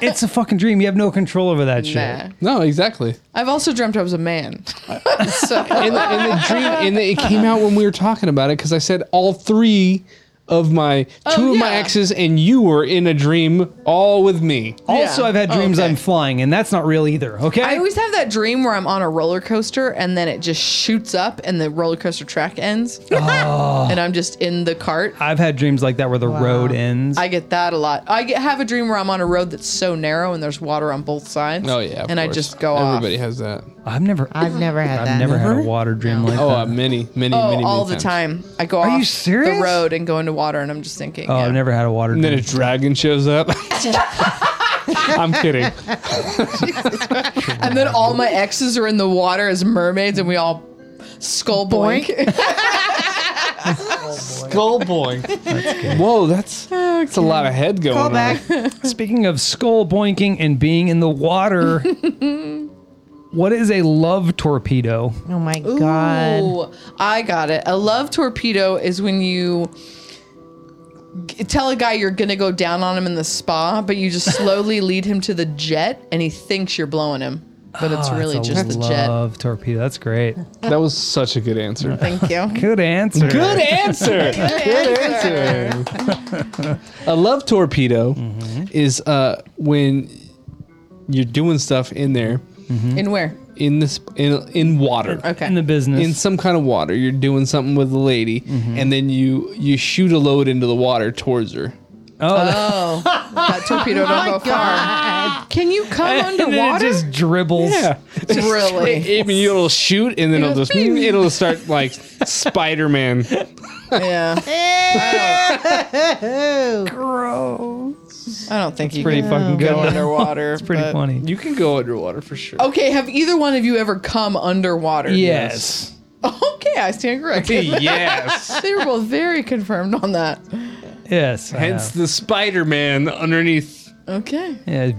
Speaker 4: it's a fucking dream. You have no control over that shit.
Speaker 3: Nah.
Speaker 5: No, exactly.
Speaker 3: I've also dreamt I was a man. [LAUGHS]
Speaker 5: [LAUGHS]
Speaker 3: so,
Speaker 5: And the, and the dream, and the, it came out when we were talking about it because I said all three of my two of my
Speaker 3: Oh, yeah.
Speaker 5: exes and you were in a dream all with me.
Speaker 4: Also,
Speaker 3: Yeah.
Speaker 4: I've had
Speaker 3: Oh,
Speaker 4: dreams
Speaker 3: okay.
Speaker 4: I'm flying, and that's not real either. Okay.
Speaker 3: I always have that dream where I'm on a roller coaster and then it just shoots up and the roller coaster track ends.
Speaker 5: Oh.
Speaker 3: And I'm just in the cart.
Speaker 4: I've had dreams like that where the road ends.
Speaker 3: I get that a lot. I get, have a dream where I'm on a road that's so narrow and there's water on both sides.
Speaker 5: Oh yeah, of
Speaker 3: and I
Speaker 5: course.
Speaker 3: just go off.
Speaker 5: Everybody has that.
Speaker 4: I've never, I've,
Speaker 2: I've never had that.
Speaker 4: never had a water dream like
Speaker 5: Oh,
Speaker 4: that.
Speaker 5: uh, many, many,
Speaker 3: Oh,
Speaker 5: many, many
Speaker 3: all the
Speaker 5: times.
Speaker 3: time. I go
Speaker 4: you
Speaker 3: off
Speaker 4: serious?
Speaker 3: the road and go into water, and I'm just thinking.
Speaker 4: oh,
Speaker 3: yeah.
Speaker 4: I've never had a water
Speaker 5: And then a
Speaker 4: dream. [LAUGHS]
Speaker 5: dragon
Speaker 3: [LAUGHS]
Speaker 5: shows up. I'm kidding.
Speaker 3: And then all my exes are in the water as mermaids, and we all skull boink. [LAUGHS]
Speaker 5: Skull boy. [LAUGHS] Whoa, that's that's a lot of head going
Speaker 2: Call
Speaker 5: on.
Speaker 2: back.
Speaker 4: Speaking of skull boinking and being in the water, [LAUGHS] what is a love torpedo?
Speaker 2: Oh my god.
Speaker 3: Ooh, I got it. A love torpedo is when you g- tell a guy you're gonna go down on him in the spa, but you just slowly lead him to the jet, and he thinks you're blowing him, but it's
Speaker 4: Oh,
Speaker 3: really
Speaker 4: it's a
Speaker 3: just the jet.
Speaker 4: love torpedo. That's great.
Speaker 5: [LAUGHS] That was such a good answer.
Speaker 3: Thank
Speaker 4: [LAUGHS]
Speaker 3: you.
Speaker 4: Good answer.
Speaker 5: [LAUGHS] Good answer. Good answer. a love torpedo is uh, when you're doing stuff in there
Speaker 3: And where?
Speaker 5: in this in in water.
Speaker 3: Okay.
Speaker 4: in the business.
Speaker 5: In some kind of water, you're doing something with a lady, and then you you shoot a load into the water towards her.
Speaker 4: oh,
Speaker 3: oh, that torpedo [LAUGHS] don't go far. Can you come
Speaker 4: [LAUGHS] and then
Speaker 3: underwater?
Speaker 4: it just dribbles.
Speaker 3: really?
Speaker 5: [LAUGHS] I mean, it'll shoot, and then it'll just mm, it'll start like [LAUGHS] Spider Man.
Speaker 3: yeah. [LAUGHS] I don't think you
Speaker 4: Pretty
Speaker 3: can
Speaker 4: fucking good.
Speaker 3: go
Speaker 4: though.
Speaker 3: underwater.
Speaker 4: [LAUGHS] It's pretty
Speaker 3: but-
Speaker 4: funny.
Speaker 5: You can go underwater for sure.
Speaker 3: Okay, have either one of you ever come underwater?
Speaker 4: yes.
Speaker 3: [LAUGHS] Okay, I stand
Speaker 4: [LAUGHS]
Speaker 3: corrected. [LAUGHS]
Speaker 5: yes.
Speaker 3: they were both very confirmed on that.
Speaker 4: Yes. I
Speaker 5: Hence
Speaker 4: have.
Speaker 5: the Spider Man underneath.
Speaker 3: Okay,
Speaker 4: yeah,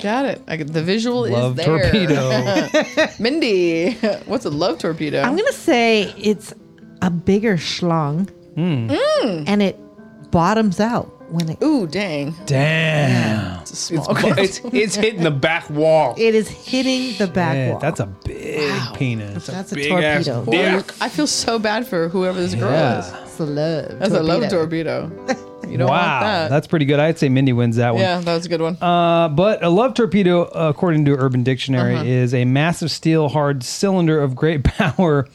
Speaker 3: got it. I, get- the visual
Speaker 4: love
Speaker 3: is there.
Speaker 4: torpedo.
Speaker 3: [LAUGHS] Mindy, [LAUGHS] what's a love torpedo?
Speaker 2: I'm gonna say it's a bigger schlong, and it bottoms out when it
Speaker 3: Ooh, dang.
Speaker 4: Damn.
Speaker 3: It's a small.
Speaker 4: [LAUGHS]
Speaker 5: It's it's hitting the back wall.
Speaker 2: it is hitting the back
Speaker 4: Yeah,
Speaker 2: wall.
Speaker 4: that's a big penis.
Speaker 2: that's a
Speaker 5: Big ass
Speaker 2: torpedo.
Speaker 5: dick.
Speaker 3: I feel so bad for whoever this girl
Speaker 4: Yeah.
Speaker 3: is.
Speaker 2: a love.
Speaker 3: That's a love
Speaker 2: torpedo.
Speaker 3: torpedo. [LAUGHS] You don't
Speaker 4: wow,
Speaker 3: want that.
Speaker 4: that's pretty good. I'd say Mindy wins that one.
Speaker 3: yeah, that was a good one.
Speaker 4: Uh, but a love torpedo, according to Urban Dictionary,
Speaker 3: Uh-huh.
Speaker 4: is a massive steel hard cylinder of great [LAUGHS] power,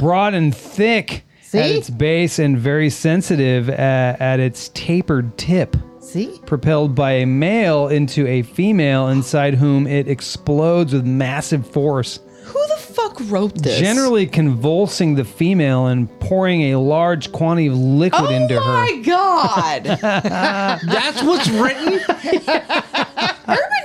Speaker 4: broad and thick at
Speaker 2: See?
Speaker 4: its base and very sensitive at, at its tapered tip,
Speaker 2: See?
Speaker 4: propelled by a male into a female inside whom it explodes with massive force,
Speaker 3: Who the fuck wrote this?
Speaker 4: generally convulsing the female and pouring a large quantity of liquid
Speaker 3: Oh
Speaker 4: into her.
Speaker 3: my god!
Speaker 4: [LAUGHS]
Speaker 3: Urban
Speaker 5: That's what's written.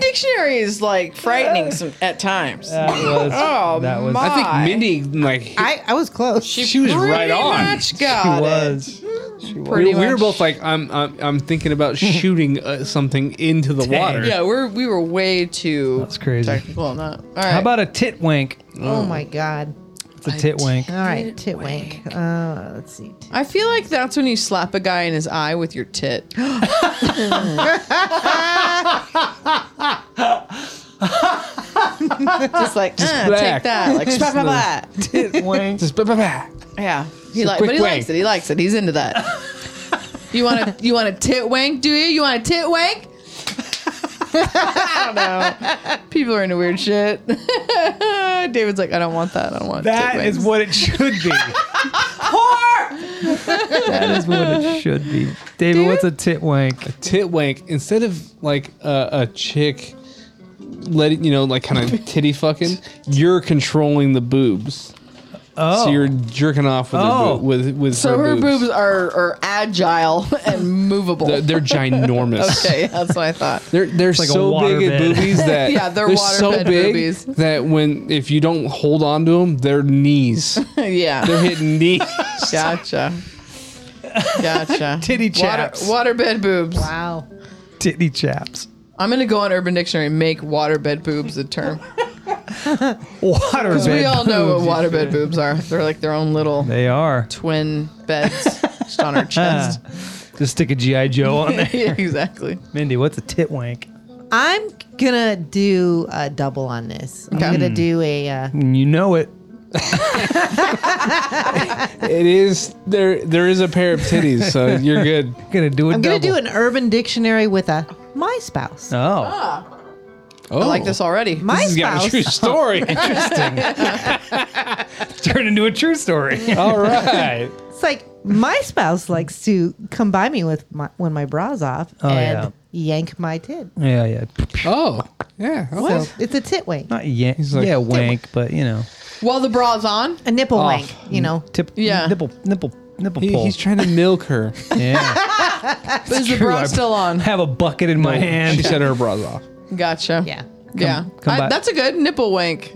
Speaker 3: Dictionary is like frightening some at times. [LAUGHS]
Speaker 4: That was,
Speaker 3: Oh
Speaker 4: that was,
Speaker 3: my-
Speaker 5: I think Mindy like
Speaker 2: I, I was close.
Speaker 5: she, was right
Speaker 3: Pretty
Speaker 5: on.
Speaker 3: Much got
Speaker 4: she
Speaker 3: it.
Speaker 4: was.
Speaker 3: Pretty
Speaker 5: We, we were
Speaker 3: much.
Speaker 5: both like, I'm, I'm, I'm
Speaker 3: [LAUGHS]
Speaker 5: thinking about shooting uh, something into the water.
Speaker 3: Yeah, we're we were way too.
Speaker 4: That's crazy.
Speaker 3: Technical on that. All right.
Speaker 4: How about a tit wank?
Speaker 2: oh my god.
Speaker 4: It's a tit
Speaker 3: [LAUGHS]
Speaker 4: wank.
Speaker 2: All right, tit wank. Uh, let's see.
Speaker 3: I feel like that's when you slap a guy in his eye with your
Speaker 4: [GASPS] [LAUGHS]
Speaker 3: tit. [LAUGHS] Just like "Uh,
Speaker 5: back.
Speaker 3: take that, like blah, blah, blah.
Speaker 5: Just bah, bah, bah.
Speaker 3: [LAUGHS] yeah. He
Speaker 5: a
Speaker 3: like,
Speaker 5: quick
Speaker 3: but he
Speaker 5: wank.
Speaker 3: likes it. He likes it. He's into
Speaker 5: [LAUGHS]
Speaker 3: that. you want to you want a tit wank? Do you? You want a tit wank? [LAUGHS] I don't know. People are into weird shit. [LAUGHS] David's like, I don't want that. I don't want tit
Speaker 4: That is
Speaker 3: wanks."
Speaker 4: what it should be. that is what [LAUGHS] it should be. David, what's a tit wank?
Speaker 5: Tit wank instead of like a a chick letting you know like
Speaker 3: [LAUGHS]
Speaker 5: kind of titty fucking, you're controlling the boobs.
Speaker 4: Oh,
Speaker 5: So you're jerking off with
Speaker 4: Oh.
Speaker 5: her boob, with with
Speaker 3: So her boobs,
Speaker 5: boobs.
Speaker 3: are, are agile [LAUGHS] and movable.
Speaker 5: They're, they're
Speaker 3: [LAUGHS]
Speaker 5: ginormous.
Speaker 3: okay, that's what I thought. [LAUGHS]
Speaker 5: They're they're
Speaker 4: like a
Speaker 5: so big at
Speaker 4: waterbed.
Speaker 5: boobies that
Speaker 3: Yeah, they're
Speaker 5: so
Speaker 3: waterbed
Speaker 5: big
Speaker 3: boobies.
Speaker 5: that when if you don't hold on to them,
Speaker 3: [LAUGHS]
Speaker 5: they're knees. They're
Speaker 3: yeah.
Speaker 5: hitting knees.
Speaker 3: Gotcha. Gotcha.
Speaker 4: [LAUGHS] Titty
Speaker 3: Water,
Speaker 4: chaps.
Speaker 3: waterbed boobs.
Speaker 2: Wow.
Speaker 4: titty chaps.
Speaker 3: I'm gonna go on Urban Dictionary and make waterbed boobs a term.
Speaker 4: Water bed.
Speaker 3: we all know what waterbed boobs are. They're like their own little
Speaker 4: They are.
Speaker 3: twin beds just on
Speaker 4: [LAUGHS]
Speaker 3: our chest. [LAUGHS]
Speaker 4: Just stick a GI Joe on there.
Speaker 3: yeah, exactly.
Speaker 4: [LAUGHS] Mindy, what's a tit wank?
Speaker 2: I'm gonna do a double on this. I'm gonna do a. Uh,
Speaker 4: You know it.
Speaker 5: It is there. There is a pair of titties, so you're good.
Speaker 4: Gonna do it.
Speaker 2: I'm gonna do an Urban Dictionary with a my spouse.
Speaker 3: Ah.
Speaker 4: [LAUGHS] Oh,
Speaker 5: Oh,
Speaker 3: I like this already.
Speaker 2: my
Speaker 5: This has got a
Speaker 2: spouse.
Speaker 5: true
Speaker 3: [LAUGHS]
Speaker 5: story.
Speaker 4: turned into a
Speaker 3: [LAUGHS]
Speaker 4: true story. Oh,
Speaker 5: All right.
Speaker 2: It's like my spouse likes to come by me with my when my bra's off
Speaker 4: Oh,
Speaker 2: and yank my tit.
Speaker 4: yeah, yeah.
Speaker 5: Oh, yeah. okay.
Speaker 2: So it's a tit wank,
Speaker 4: Not yank. yeah, wank, but you know,
Speaker 3: While the bra's on,
Speaker 2: a nipple wank. You know,
Speaker 4: tip.
Speaker 3: Yeah.
Speaker 4: Nipple, nipple, nipple
Speaker 5: He-
Speaker 4: pull.
Speaker 5: he's trying to milk her.
Speaker 3: [LAUGHS]
Speaker 4: yeah.
Speaker 3: is the
Speaker 4: true,
Speaker 3: bra
Speaker 4: I-
Speaker 3: still
Speaker 4: [LAUGHS]
Speaker 3: on?
Speaker 4: Have a bucket in my hand.
Speaker 5: she
Speaker 4: [LAUGHS]
Speaker 5: said her bra's off.
Speaker 3: Gotcha.
Speaker 2: yeah.
Speaker 3: yeah.
Speaker 4: come
Speaker 3: I-
Speaker 4: back.
Speaker 3: that's a good nipple wank.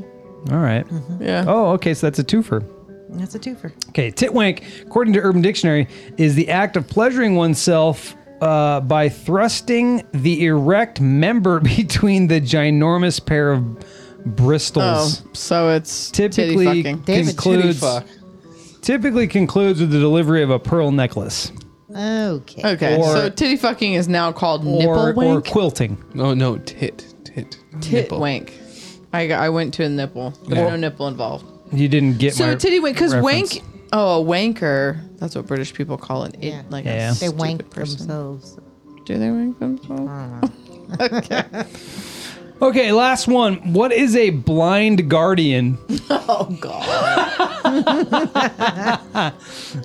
Speaker 4: All right.
Speaker 3: Yeah.
Speaker 4: Oh, okay. So that's a twofer.
Speaker 2: That's a twofer.
Speaker 4: Okay, titwank, according to Urban Dictionary, is the act of pleasuring oneself uh, by thrusting the erect member [LAUGHS] between the ginormous pair of
Speaker 3: Oh,
Speaker 4: bristles.
Speaker 3: so it's typically
Speaker 4: Typically
Speaker 3: titty fucking.
Speaker 2: David,
Speaker 5: Titty
Speaker 4: concludes
Speaker 5: fuck.
Speaker 4: typically concludes with the delivery of a pearl necklace
Speaker 2: Okay.
Speaker 3: Okay,
Speaker 4: Or-
Speaker 3: so titty fucking is now called
Speaker 4: or,
Speaker 3: nipple
Speaker 4: or
Speaker 3: wank.
Speaker 4: quilting.
Speaker 5: No, no, tit, tit,
Speaker 3: tit
Speaker 5: nipple.
Speaker 3: wank. I, got- I went to a nipple, but
Speaker 5: Yeah.
Speaker 3: no nipple involved.
Speaker 4: You didn't get
Speaker 3: So
Speaker 4: my
Speaker 3: a titty wank, because
Speaker 4: reference.
Speaker 3: wank. Oh, a wanker. That's what British people call it. It-
Speaker 2: Yeah.
Speaker 3: Like A
Speaker 4: Yeah.
Speaker 2: They
Speaker 3: stupid
Speaker 2: wank
Speaker 3: person.
Speaker 2: themselves.
Speaker 3: Do they wank themselves?
Speaker 4: Hmm. Okay, last one. What is a
Speaker 3: [LAUGHS]
Speaker 4: blind guardian?
Speaker 3: Oh god.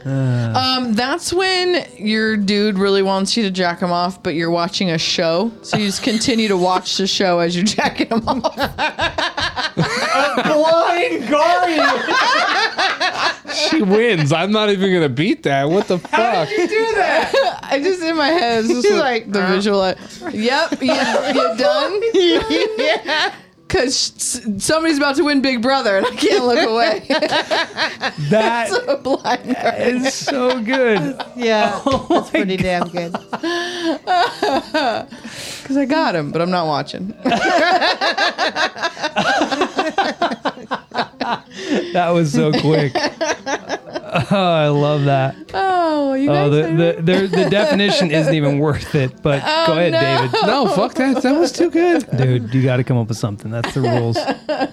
Speaker 3: um, that's when your dude really wants you to jack him off, but you're watching a show, so you just continue to watch the show as you're [LAUGHS] jacking him off.
Speaker 4: blind guardian.
Speaker 5: She wins. I'm not even gonna beat that. What
Speaker 3: [LAUGHS]
Speaker 5: the fuck?
Speaker 3: I just in my head, it's just
Speaker 2: He's
Speaker 3: like,
Speaker 2: like,
Speaker 3: the
Speaker 2: uh.
Speaker 3: visual. Like, yep, you, [LAUGHS] you're done. Cause s- somebody's about to win Big Brother, and I can't look away. [LAUGHS]
Speaker 4: That
Speaker 3: Blind girl.
Speaker 4: is so good. [LAUGHS]
Speaker 2: Yeah,
Speaker 4: Oh
Speaker 2: that's pretty damn good.
Speaker 3: Cause I got him, but I'm not watching.
Speaker 2: [LAUGHS]
Speaker 4: That was so quick. oh, I love that.
Speaker 3: Oh, you
Speaker 4: Oh,
Speaker 3: guys. are-
Speaker 4: the, the, the, the definition isn't even worth it. But
Speaker 2: Oh,
Speaker 4: go ahead,
Speaker 5: No, fuck that. That was too good.
Speaker 4: David. Dude, you got to come up with something. That's the rules.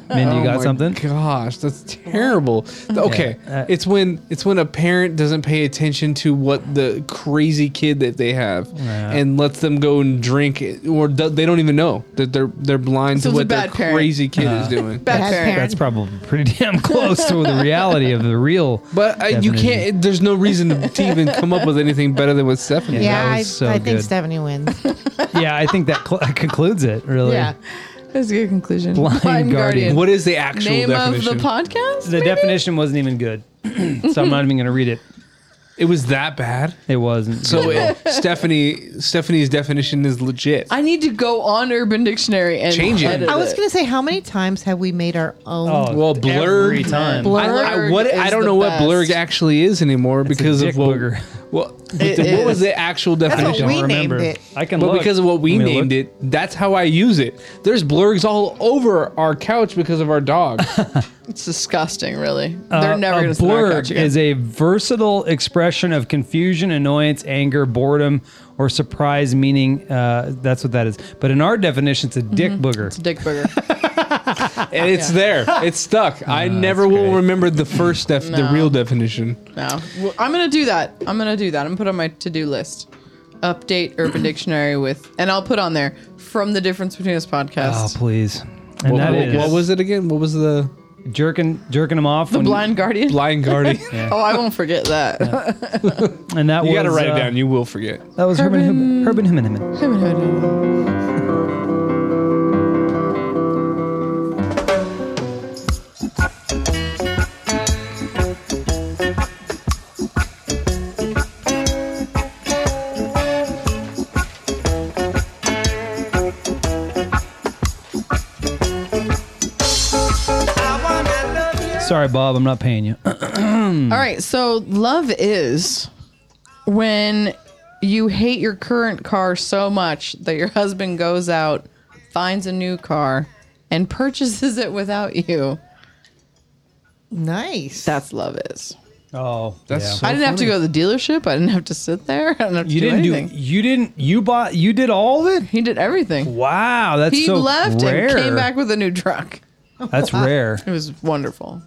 Speaker 4: Mindy, you
Speaker 5: Oh
Speaker 4: got
Speaker 5: my
Speaker 4: something?
Speaker 5: Gosh, that's terrible. Okay,
Speaker 4: [LAUGHS] Yeah, uh,
Speaker 5: it's when it's when a parent doesn't pay attention to what the crazy kid that they have
Speaker 4: Yeah.
Speaker 5: and lets them go and drink, it, or do, they don't even know that they're they're blind
Speaker 3: So it's a
Speaker 5: to what their
Speaker 3: bad parent.
Speaker 5: crazy kid
Speaker 4: Uh-huh.
Speaker 5: is doing.
Speaker 3: [LAUGHS] Bad
Speaker 2: Bad
Speaker 3: parent.
Speaker 4: That's probably pretty damn close to the reality of the real.
Speaker 5: But uh, you can't. it- There's no reason to, to even come up with anything better than what Stephanie.
Speaker 4: Yeah,
Speaker 2: Yeah,
Speaker 4: that
Speaker 2: I,
Speaker 4: was so
Speaker 2: I think
Speaker 4: good.
Speaker 2: Stephanie wins.
Speaker 4: [LAUGHS] Yeah, I think that cl- [LAUGHS] concludes it. Really.
Speaker 2: yeah.
Speaker 3: That's a good conclusion.
Speaker 4: Blind Guardian.
Speaker 5: did. What is the actual
Speaker 3: Name
Speaker 5: definition?
Speaker 3: of the podcast?
Speaker 4: The definition wasn't even good, [CLEARS THROAT] so I'm not even gonna read it.
Speaker 5: it was that bad.
Speaker 4: It wasn't.
Speaker 3: [LAUGHS]
Speaker 5: So it, Stephanie, Stephanie's definition is legit.
Speaker 3: I need to go on Urban Dictionary and
Speaker 5: Change it.
Speaker 3: edit
Speaker 2: I was going to say, how many times have we made our own?
Speaker 4: oh,
Speaker 5: well, blurred.
Speaker 4: every time.
Speaker 3: Blurred.
Speaker 5: I, I, what,
Speaker 3: Blurg
Speaker 5: I
Speaker 3: is
Speaker 5: don't
Speaker 3: the
Speaker 5: know
Speaker 3: best.
Speaker 5: what blurg actually is anymore because
Speaker 4: dick
Speaker 5: of what,
Speaker 4: booger. [LAUGHS]
Speaker 5: well,
Speaker 3: It
Speaker 5: the- what
Speaker 3: is.
Speaker 5: was the actual
Speaker 2: what
Speaker 5: definition?
Speaker 2: we
Speaker 4: I don't
Speaker 2: named
Speaker 4: remember.
Speaker 2: it.
Speaker 4: I can
Speaker 5: But
Speaker 4: look.
Speaker 5: because of what we
Speaker 4: Let me
Speaker 5: named
Speaker 4: look.
Speaker 5: it, that's how I use it. There's blurgs all over our couch because of
Speaker 4: [LAUGHS]
Speaker 5: our dog.
Speaker 3: It's disgusting, really.
Speaker 4: Uh,
Speaker 3: They're never
Speaker 4: a
Speaker 3: going to
Speaker 4: blurg is a versatile expression of confusion, annoyance, anger, boredom, or surprise. Meaning uh, that's what that is. But in our definition, it's a dick booger.
Speaker 3: Mm-hmm. dick burger.
Speaker 5: and it's there.
Speaker 4: [LAUGHS]
Speaker 5: It's stuck. I never
Speaker 4: that's
Speaker 5: will
Speaker 4: great.
Speaker 5: remember the first def- the
Speaker 3: No.
Speaker 5: real definition.
Speaker 3: No. Well, I'm going to do that. I'm going to do that. I'm going to put on my to-do list. Update Urban Dictionary with and I'll put on there from the difference between us
Speaker 4: Oh
Speaker 3: podcast.
Speaker 4: please! And
Speaker 5: What,
Speaker 4: that
Speaker 5: what-
Speaker 4: is
Speaker 5: what was it again? What was the
Speaker 4: jerking jerking them off.
Speaker 3: the blind guardian.
Speaker 4: [LAUGHS]
Speaker 5: blind guardian?
Speaker 3: Oh, I won't forget that. [LAUGHS]
Speaker 4: And that
Speaker 5: You
Speaker 4: was,
Speaker 5: got to write
Speaker 4: uh,
Speaker 5: it down. You will forget.
Speaker 4: That was Herman Herman Herman Herman. Herman. Sorry, Bob, I'm not paying you. [CLEARS THROAT]
Speaker 3: All right, so love is when you hate your current car so much that your husband goes out, finds a new car, and purchases it without you.
Speaker 2: Nice.
Speaker 3: That's love is.
Speaker 4: Oh,
Speaker 5: That's
Speaker 3: I didn't have to go to the dealership. I didn't have to sit there. [LAUGHS] I didn't have to
Speaker 4: You
Speaker 3: do
Speaker 4: didn't
Speaker 3: anything.
Speaker 4: do. You didn't. You bought. You did all of it.
Speaker 3: he did everything.
Speaker 4: Wow, that's
Speaker 3: He
Speaker 4: so
Speaker 3: left
Speaker 4: rare.
Speaker 3: and came back with a new truck. [LAUGHS]
Speaker 4: That's rare.
Speaker 3: It was wonderful.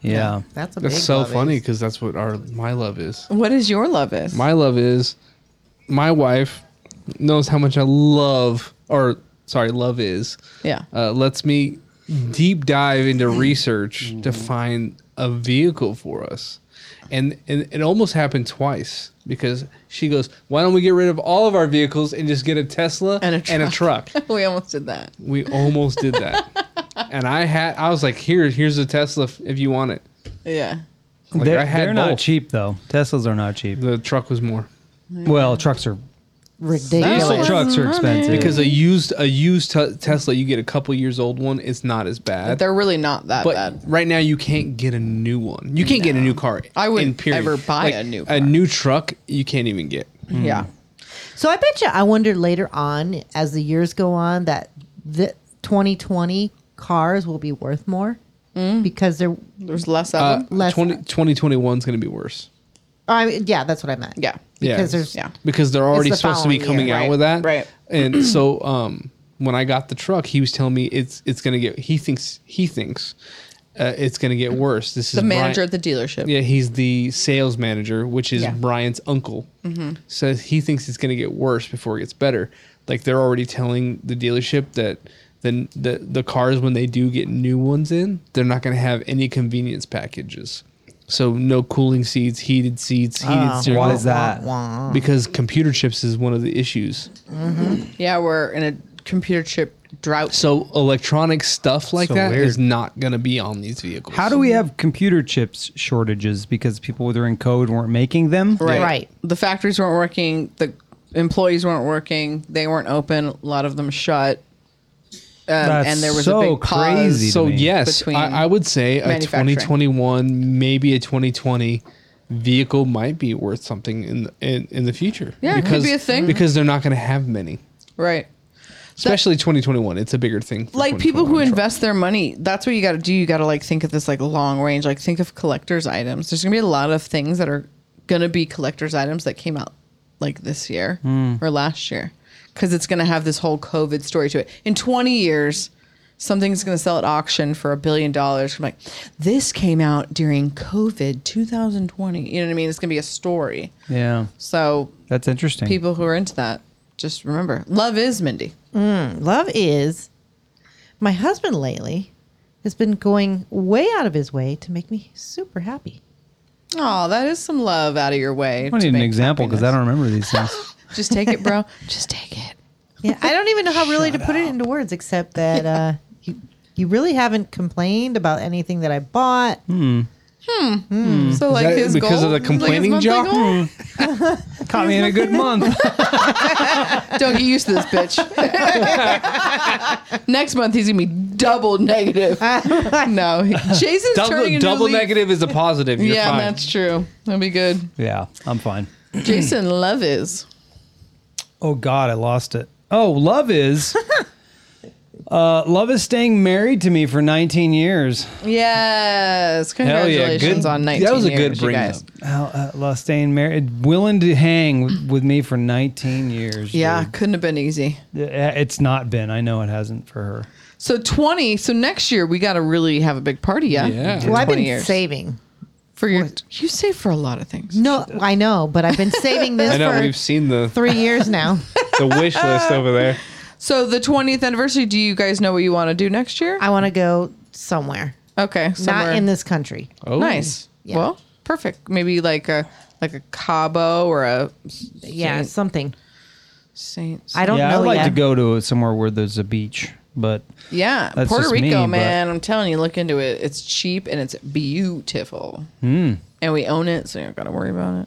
Speaker 4: Yeah.
Speaker 2: That's a
Speaker 5: That's
Speaker 2: big
Speaker 5: so
Speaker 2: love eh?
Speaker 5: funny
Speaker 2: is.
Speaker 5: because that's what our my love is.
Speaker 3: What is your love is?
Speaker 5: My love is my wife knows how much I love or sorry, love is.
Speaker 3: yeah.
Speaker 5: Uh, lets me deep dive into research
Speaker 4: Mm-hmm.
Speaker 5: to find a vehicle for us. And, and it almost happened twice because she goes, Why don't we get rid of all of our vehicles and just get a Tesla
Speaker 3: And a
Speaker 5: truck?
Speaker 3: [LAUGHS] [LAUGHS] we almost did that.
Speaker 5: We almost did that. and I had I was like, Here, here's a Tesla if, if you want it.
Speaker 3: Yeah.
Speaker 5: Like,
Speaker 4: they're
Speaker 5: I had
Speaker 4: they're not
Speaker 5: both.
Speaker 4: cheap though. Teslas are not cheap.
Speaker 5: The truck was more.
Speaker 4: Well, trucks are.
Speaker 2: Ridiculous.
Speaker 4: Diesel
Speaker 3: Teslas
Speaker 4: trucks are
Speaker 3: money.
Speaker 4: expensive.
Speaker 5: because a used a used te- Tesla, you get a couple years old one, it's not as bad.
Speaker 3: They're really not that
Speaker 5: but
Speaker 3: bad.
Speaker 5: right now, you can't get a new one. You can't get a new car.
Speaker 3: I wouldn't
Speaker 5: in period.
Speaker 3: ever buy a new car.
Speaker 5: a new truck. You can't even get.
Speaker 3: Yeah.
Speaker 2: So I bet you, I wonder later on, as the years go on, that the 2020 cars will be worth more
Speaker 3: Mm.
Speaker 2: because they're.
Speaker 3: There's less of
Speaker 5: Uh,
Speaker 3: them.
Speaker 5: 20,
Speaker 2: Less-
Speaker 5: 2021 is going to be worse.
Speaker 2: I mean, yeah, that's what I meant.
Speaker 3: Yeah.
Speaker 5: Yeah,
Speaker 2: Because there's.
Speaker 3: Yeah.
Speaker 5: because they're already
Speaker 2: the
Speaker 5: supposed to be
Speaker 2: following year.
Speaker 5: coming out
Speaker 3: Right,
Speaker 5: with that.
Speaker 3: right.
Speaker 5: And [CLEARS THROAT] so, um, when I got the truck, he was telling me it's it's going to get. He thinks he thinks uh, it's going to get worse. This is
Speaker 3: The manager
Speaker 5: Brian-
Speaker 3: at the dealership.
Speaker 5: Yeah, he's the sales manager, which is
Speaker 3: Yeah. Mm-hmm.
Speaker 5: Brian's uncle. So he thinks it's going to get worse before it gets better. Like they're already telling the dealership that then the the cars when they do get new ones in, they're not going to have any convenience packages. So no cooling seats, heated seats, heated
Speaker 3: Oh.
Speaker 5: steering
Speaker 4: why
Speaker 5: wheel.
Speaker 4: is that?
Speaker 5: Because computer chips is one of the issues.
Speaker 3: Yeah, we're in a computer chip drought.
Speaker 5: So electronic stuff like
Speaker 4: So
Speaker 5: that is
Speaker 4: weird.
Speaker 5: not going to be on these vehicles.
Speaker 4: How do we have computer chips shortages because people that are in code weren't making them?
Speaker 2: Right. Right.
Speaker 3: The factories weren't working. The employees weren't working. They weren't open. A lot of them shut. Um,
Speaker 4: That's
Speaker 3: and there was
Speaker 4: so
Speaker 3: a big pause.
Speaker 4: crazy.
Speaker 5: So
Speaker 4: to me.
Speaker 5: yes,
Speaker 3: Between
Speaker 5: I, I would say a
Speaker 3: manufacturing.
Speaker 5: 2021, maybe a 2020 vehicle might be worth something in the, in, in the future.
Speaker 3: Yeah, it could be a thing.
Speaker 5: because they're not going to have many,
Speaker 3: Right.
Speaker 5: especially 2021. It's a bigger thing. for
Speaker 3: Like people who
Speaker 5: 2021.
Speaker 3: invest their money, that's what you got to do. You got to like think of this like long range. Like think of collectors items. There's gonna be a lot of things that are gonna be collector's items that came out like this year or last year because it's gonna have this whole COVID story to it. In 20 years, something's gonna sell at auction for a billion dollars. I'm like, this came out during COVID 2020. You know what I mean? It's gonna be a story.
Speaker 4: Yeah.
Speaker 3: So
Speaker 4: That's interesting.
Speaker 3: people who are into that, just remember, love is Mindy.
Speaker 2: Love is my husband lately has been going way out of his way to make me super happy.
Speaker 3: Oh, that is some love out of your way.
Speaker 4: I
Speaker 3: to
Speaker 4: need an
Speaker 3: make
Speaker 4: example because I
Speaker 3: happiness.
Speaker 4: don't remember these things.
Speaker 3: Just take it, bro. [LAUGHS] Just take it.
Speaker 2: Yeah, I don't even know how really to put it into words except that uh, you you really haven't complained about anything that I bought.
Speaker 3: So like
Speaker 5: Mm. that
Speaker 3: his
Speaker 5: because
Speaker 3: goal?
Speaker 5: of the
Speaker 3: Like his
Speaker 5: complaining
Speaker 3: monthly
Speaker 5: jar?
Speaker 3: goal?
Speaker 4: Hmm. Caught me in a good month.
Speaker 3: [LAUGHS] Don't get used to this, bitch. [LAUGHS] Next month he's gonna be
Speaker 2: [LAUGHS]
Speaker 3: double negative. no, he- Jason's turning a
Speaker 5: Double, double
Speaker 3: new leaf.
Speaker 5: negative is a positive. You're
Speaker 3: Yeah,
Speaker 5: fine.
Speaker 3: that's true. That'll be good.
Speaker 4: yeah, I'm fine.
Speaker 3: Jason Love is.
Speaker 4: Oh God, I lost it. Oh, love is. Uh, love is staying married to me for 19 years.
Speaker 3: Yes,
Speaker 5: Hell yeah,
Speaker 3: congratulations
Speaker 5: good-
Speaker 3: on 19
Speaker 5: that was a good
Speaker 3: years, you
Speaker 5: bring
Speaker 3: guys.
Speaker 5: up.
Speaker 4: How uh, love staying married, willing to hang with, with me for 19 years.
Speaker 3: Yeah,
Speaker 4: dude.
Speaker 3: couldn't have been easy.
Speaker 4: Yeah, it's not been. I know it hasn't for her.
Speaker 3: So 20. So next year we got to really have a big party. Yeah.
Speaker 5: Yeah.
Speaker 3: In
Speaker 2: Well, I've
Speaker 3: 20
Speaker 2: been
Speaker 3: years.
Speaker 2: saving.
Speaker 3: for your. You save for a lot of things.
Speaker 2: No, I know, but I've been saving this
Speaker 5: I know
Speaker 2: for
Speaker 5: we've seen the
Speaker 2: three years now.
Speaker 5: [LAUGHS] the wish list over there.
Speaker 3: So the 20th anniversary. Do you guys know what you want to do next year?
Speaker 2: I want to go somewhere,
Speaker 3: Okay. Somewhere.
Speaker 2: not in this country.
Speaker 5: Oh,
Speaker 3: Nice.
Speaker 2: Yeah.
Speaker 3: Well, perfect. Maybe like a like a Cabo or a
Speaker 2: Yeah,
Speaker 3: Saint-
Speaker 2: something.
Speaker 3: Saint.
Speaker 2: I don't
Speaker 4: yeah,
Speaker 2: know
Speaker 4: I'd like
Speaker 2: yet.
Speaker 4: to go to somewhere where there's a beach, but
Speaker 3: yeah,
Speaker 4: That's
Speaker 3: Puerto
Speaker 4: just me,
Speaker 3: Rico,
Speaker 4: but-
Speaker 3: man. I'm telling you, look into it. It's cheap and it's beautiful.
Speaker 4: Hmm.
Speaker 3: And we own it, so you don't got to worry about [LAUGHS] it.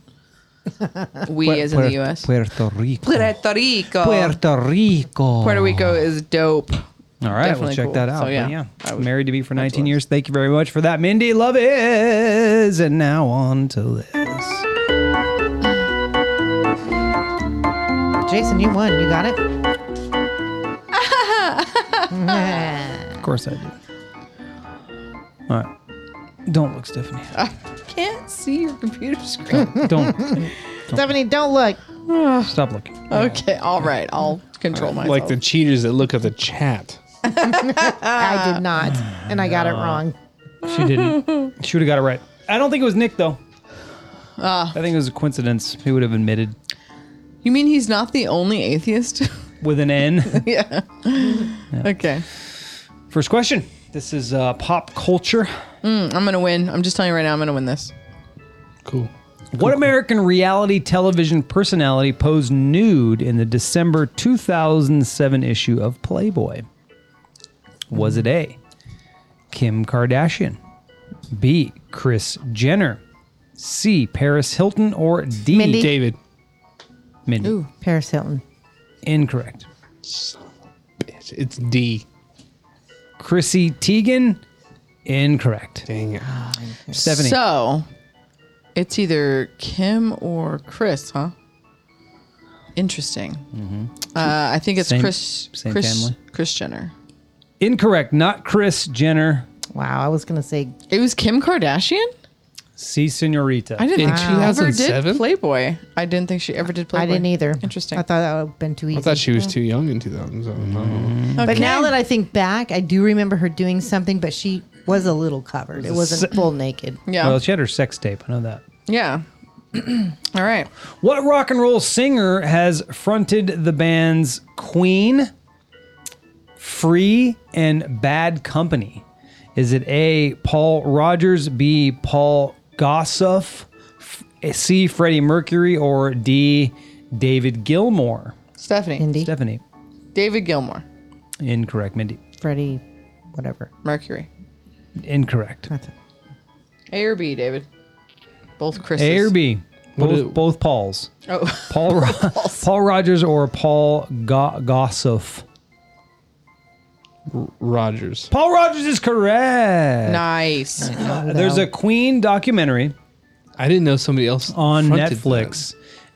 Speaker 3: We, as in the U.S.
Speaker 4: Puerto Rico.
Speaker 3: Puerto Rico.
Speaker 4: Puerto Rico.
Speaker 3: Puerto Rico is dope.
Speaker 4: All right,
Speaker 3: Definitely
Speaker 4: we'll check
Speaker 3: cool.
Speaker 4: that out.
Speaker 3: So,
Speaker 4: But
Speaker 3: yeah,
Speaker 4: yeah,
Speaker 3: I would-
Speaker 4: married to be for
Speaker 3: that's
Speaker 4: 19
Speaker 3: what-
Speaker 4: years. Thank you very much for that, Mindy. Love is, and now on to this.
Speaker 2: Jason, you won. You got it.
Speaker 4: Of course I do. All right, don't look, Stephanie.
Speaker 3: I can't see your computer screen.
Speaker 4: Don't
Speaker 2: Stephanie, don't look.
Speaker 4: stop looking.
Speaker 3: okay, all right. I'll control myself.
Speaker 5: Like the cheaters that look at the chat.
Speaker 3: Ah.
Speaker 2: I did not, and I got it wrong.
Speaker 4: She didn't. She would have got it right. I don't think it was Nick though.
Speaker 5: Ah.
Speaker 4: I think it was a coincidence. He would have admitted
Speaker 3: you mean he's not the only atheist? [LAUGHS]
Speaker 4: with an N. [LAUGHS]
Speaker 3: yeah. Okay.
Speaker 4: First question. This is uh, pop culture.
Speaker 3: I'm gonna win. I'm just telling you right now. I'm gonna win this.
Speaker 5: Cool.
Speaker 4: What American reality television personality posed nude in the December 2007 issue of Playboy? Was it A. Kim Kardashian, B. Chris Jenner, C. Paris Hilton, or D.
Speaker 2: Mindy.
Speaker 5: David.
Speaker 4: Mindy.
Speaker 2: Paris Hilton.
Speaker 4: Incorrect.
Speaker 5: Bitch, It's D.
Speaker 4: Chrissy Teigen, incorrect.
Speaker 5: Dang it.
Speaker 4: Stephanie.
Speaker 3: So it's either Kim or Chris, huh? Interesting. Uh, I think it's
Speaker 4: Same-
Speaker 3: Chris.
Speaker 4: same
Speaker 3: Chris,
Speaker 4: family.
Speaker 3: Chris Jenner.
Speaker 4: incorrect. Not Chris Jenner.
Speaker 2: Wow, I was gonna say
Speaker 3: It was Kim Kardashian.
Speaker 4: C. Senorita.
Speaker 3: I didn't
Speaker 5: In
Speaker 3: think she ever did
Speaker 5: 2007?
Speaker 3: Playboy. I didn't think she ever did Playboy.
Speaker 2: I didn't either.
Speaker 3: Interesting.
Speaker 2: I thought that would have been too easy.
Speaker 5: I thought she was too young in 2007.
Speaker 2: But
Speaker 3: Okay.
Speaker 2: now that I think back, I do remember her doing something, but she was a little covered. It wasn't full naked.
Speaker 3: yeah,
Speaker 4: Well, she had her sex tape. I know that.
Speaker 3: yeah. [CLEARS THROAT] All right.
Speaker 4: What rock and roll singer has fronted the bands Queen, Free, and Bad Company? Is it A. Paul Rogers, B. Paul Gossoff, F- C. Freddie Mercury, or D. David Gilmour?
Speaker 3: Stephanie.
Speaker 2: Mindy,
Speaker 4: Stephanie,
Speaker 3: David Gilmore.
Speaker 4: incorrect. Mindy,
Speaker 2: Freddie, whatever.
Speaker 3: Mercury.
Speaker 4: incorrect.
Speaker 3: A or B, David. Both Chris.
Speaker 4: A or B?
Speaker 5: What
Speaker 4: Both,
Speaker 5: is-
Speaker 4: both [LAUGHS] Pauls.
Speaker 3: Oh. [LAUGHS]
Speaker 4: Paul, Ro- [LAUGHS] Paul Rogers or Paul Go- Gossoff?
Speaker 5: Rogers.
Speaker 4: Paul Rogers is correct.
Speaker 3: Nice.
Speaker 4: There's a Queen documentary
Speaker 5: I didn't know somebody else
Speaker 4: on
Speaker 5: fronted
Speaker 4: Netflix,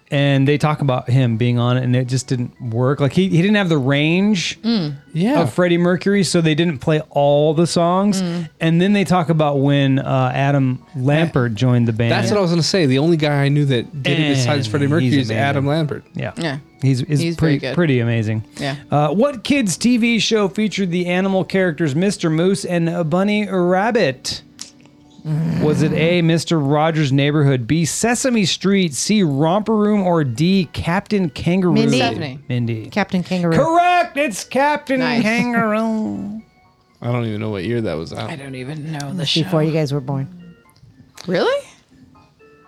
Speaker 4: and they talk about him being on it, and it just didn't work. Like he, he didn't have the range
Speaker 5: Mm. Yeah.
Speaker 4: of Freddie Mercury, so they didn't play all the songs.
Speaker 5: Mm.
Speaker 4: And then they talk about when uh, Adam Lampert joined the band.
Speaker 5: That's what I was gonna say. The only guy I knew that did it besides
Speaker 4: And
Speaker 5: Freddie Mercury
Speaker 4: he's
Speaker 5: is Adam Lambert.
Speaker 4: yeah,
Speaker 3: Yeah.
Speaker 4: He's, he's,
Speaker 3: He's very
Speaker 4: pretty
Speaker 3: good.
Speaker 4: pretty amazing.
Speaker 3: Yeah.
Speaker 4: Uh, what kids TV show featured the animal characters Mr. Moose and a bunny rabbit? Was it A, Mr. Rogers' Neighborhood, B, Sesame Street, C, Romper Room, or D, Captain Kangaroo?
Speaker 2: Mindy.
Speaker 3: Stephanie.
Speaker 4: Mindy.
Speaker 2: Captain Kangaroo.
Speaker 4: Correct. It's Captain
Speaker 3: Nice. [LAUGHS]
Speaker 4: Kangaroo.
Speaker 5: I don't even know what year that was out.
Speaker 3: I don't even know the show.
Speaker 2: Before you guys were born.
Speaker 3: Really?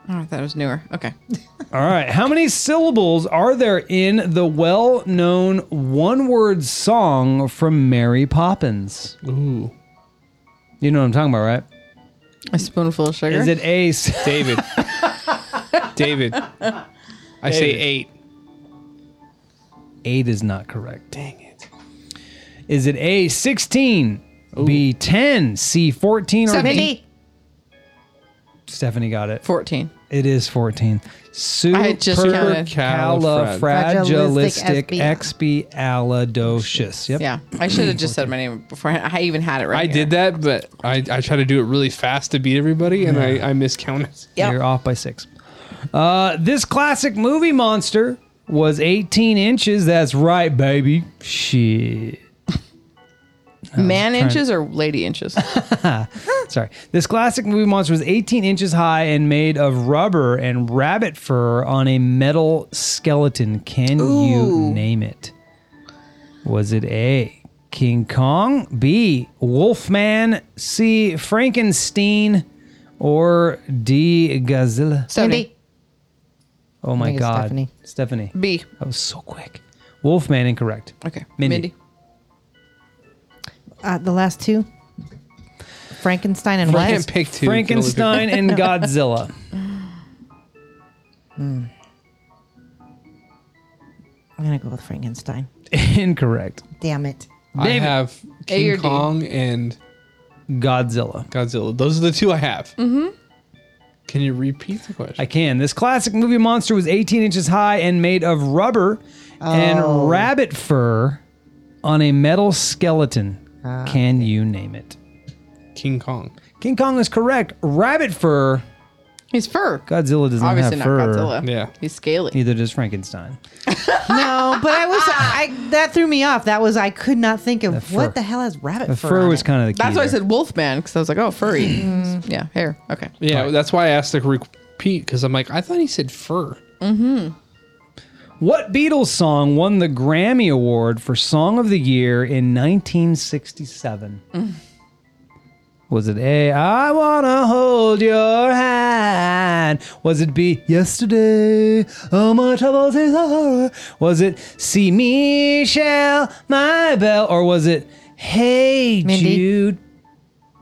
Speaker 3: Oh, I thought it was newer. Okay.
Speaker 4: All right. How many syllables are there in the well known one word song from Mary Poppins?
Speaker 5: Ooh,
Speaker 4: You know what I'm talking about, right?
Speaker 3: A spoonful of sugar.
Speaker 4: Is it A, [LAUGHS] s-
Speaker 5: David. David. I say eight.
Speaker 4: Eight is not correct. Dang it. Is it A, 16, B, 10, C, 14, or D?
Speaker 3: Seventeen.
Speaker 2: Mindy.
Speaker 4: Stephanie got it.
Speaker 3: 14.
Speaker 4: It is 14.
Speaker 3: I just counted.
Speaker 4: Supercalifragilistic expialidocious. Yep.
Speaker 3: Yeah. I should have just said my name before. I even had it right.
Speaker 5: I
Speaker 3: here.
Speaker 5: did that, but I, I try to do it really fast to beat everybody, and I, I miscounted.
Speaker 3: Yep.
Speaker 4: You're off by six. Uh, this classic movie monster was 18 inches. That's right, baby. Shit.
Speaker 3: Man inches or lady
Speaker 4: [LAUGHS]
Speaker 3: inches?
Speaker 4: Sorry. This classic movie monster was 18 inches high and made of rubber and rabbit fur on a metal skeleton. Can you
Speaker 3: Ooh.
Speaker 4: name it? Was it A, King Kong, B, Wolfman, C, Frankenstein, or D, Godzilla?
Speaker 3: Seventy.
Speaker 2: Mindy.
Speaker 4: Oh my
Speaker 2: think it's
Speaker 4: God.
Speaker 2: Stephanie.
Speaker 4: Stephanie.
Speaker 3: B.
Speaker 4: That was so quick. Wolfman, incorrect.
Speaker 3: Okay.
Speaker 4: Mindy.
Speaker 2: Uh, the last two. Frankenstein and
Speaker 5: I
Speaker 2: what?
Speaker 5: can't pick two.
Speaker 4: Frankenstein and
Speaker 2: [LAUGHS]
Speaker 4: Godzilla.
Speaker 2: I'm gonna go with Frankenstein.
Speaker 4: incorrect.
Speaker 2: Damn it.
Speaker 5: You can only pick- I have
Speaker 3: A or
Speaker 5: King
Speaker 3: D?
Speaker 5: Kong and
Speaker 4: Godzilla.
Speaker 5: Godzilla. Those are the two I have. Mm-hmm. Can you repeat the question?
Speaker 4: I can. This classic movie monster was 18 inches high and made of rubber
Speaker 2: Oh.
Speaker 4: and rabbit fur on a metal skeleton.
Speaker 2: Ah,
Speaker 4: Can you name it?
Speaker 5: King Kong.
Speaker 4: King Kong is correct. Rabbit fur.
Speaker 3: He's fur.
Speaker 4: Godzilla does not
Speaker 3: Obviously not
Speaker 4: have fur.
Speaker 3: Godzilla.
Speaker 5: Yeah.
Speaker 3: He's scaly.
Speaker 4: Neither does Frankenstein.
Speaker 2: No, Oh, but [LAUGHS] I was I that threw me off. That was I could not think of
Speaker 4: fur.
Speaker 2: what the hell has rabbit
Speaker 4: The
Speaker 2: fur.
Speaker 4: fur,
Speaker 2: on
Speaker 4: was
Speaker 2: it?
Speaker 4: kind of the key.
Speaker 3: That's why I
Speaker 4: there.
Speaker 3: said Wolfman because I was like, oh, furry. [CLEARS THROAT] yeah, hair. Okay.
Speaker 5: Yeah, that's why I asked to repeat because I'm like, I thought he said fur.
Speaker 4: What Beatles song won the Grammy Award for Song of the Year in 1967? Was it A, I wanna hold your hand? Was it B, yesterday, all my troubles is over? Was it C, Michelle, my bell? Or was it, hey,
Speaker 2: Mindy.
Speaker 4: Jude?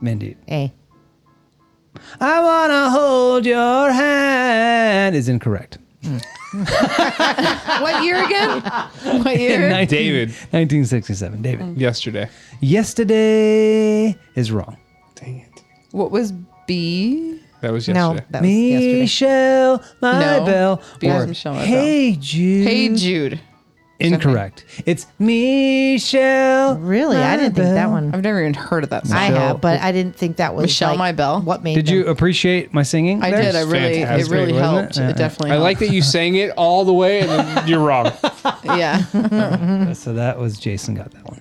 Speaker 4: Mindy.
Speaker 2: A.
Speaker 4: I wanna hold your hand is incorrect.
Speaker 3: What year again? [LAUGHS] what year?
Speaker 4: [LAUGHS] 19-
Speaker 5: David.
Speaker 4: 1967. David.
Speaker 5: Yesterday.
Speaker 4: Yesterday is wrong.
Speaker 5: Dang it.
Speaker 3: What was B?
Speaker 5: That was
Speaker 2: No,
Speaker 5: yesterday.
Speaker 2: that was yesterday.
Speaker 4: Michelle, my
Speaker 3: No.
Speaker 4: bell.
Speaker 3: Be
Speaker 4: or
Speaker 3: honest, Michelle, my
Speaker 4: hey, Jude.
Speaker 3: Hey Jude.
Speaker 4: Incorrect. It's Michelle.
Speaker 2: Really? I
Speaker 4: my
Speaker 2: didn't think that
Speaker 4: bell.
Speaker 2: one.
Speaker 3: I've never even heard of that song.
Speaker 2: I
Speaker 4: Michelle-
Speaker 2: have, but I didn't think that was
Speaker 3: Michelle
Speaker 2: like,
Speaker 3: My Bell?
Speaker 2: What made
Speaker 4: Did
Speaker 2: them.
Speaker 4: you appreciate my singing?
Speaker 3: I
Speaker 4: there?
Speaker 3: did. I really, it
Speaker 5: fantastic,
Speaker 3: really
Speaker 5: wasn't
Speaker 3: helped.
Speaker 4: it?
Speaker 3: It,
Speaker 4: Yeah.
Speaker 3: definitely.
Speaker 5: I like that
Speaker 3: [LAUGHS]
Speaker 5: you sang it all the way and then you're wrong.
Speaker 3: helped. Yeah.
Speaker 5: [LAUGHS]
Speaker 4: So that was Jason got that one.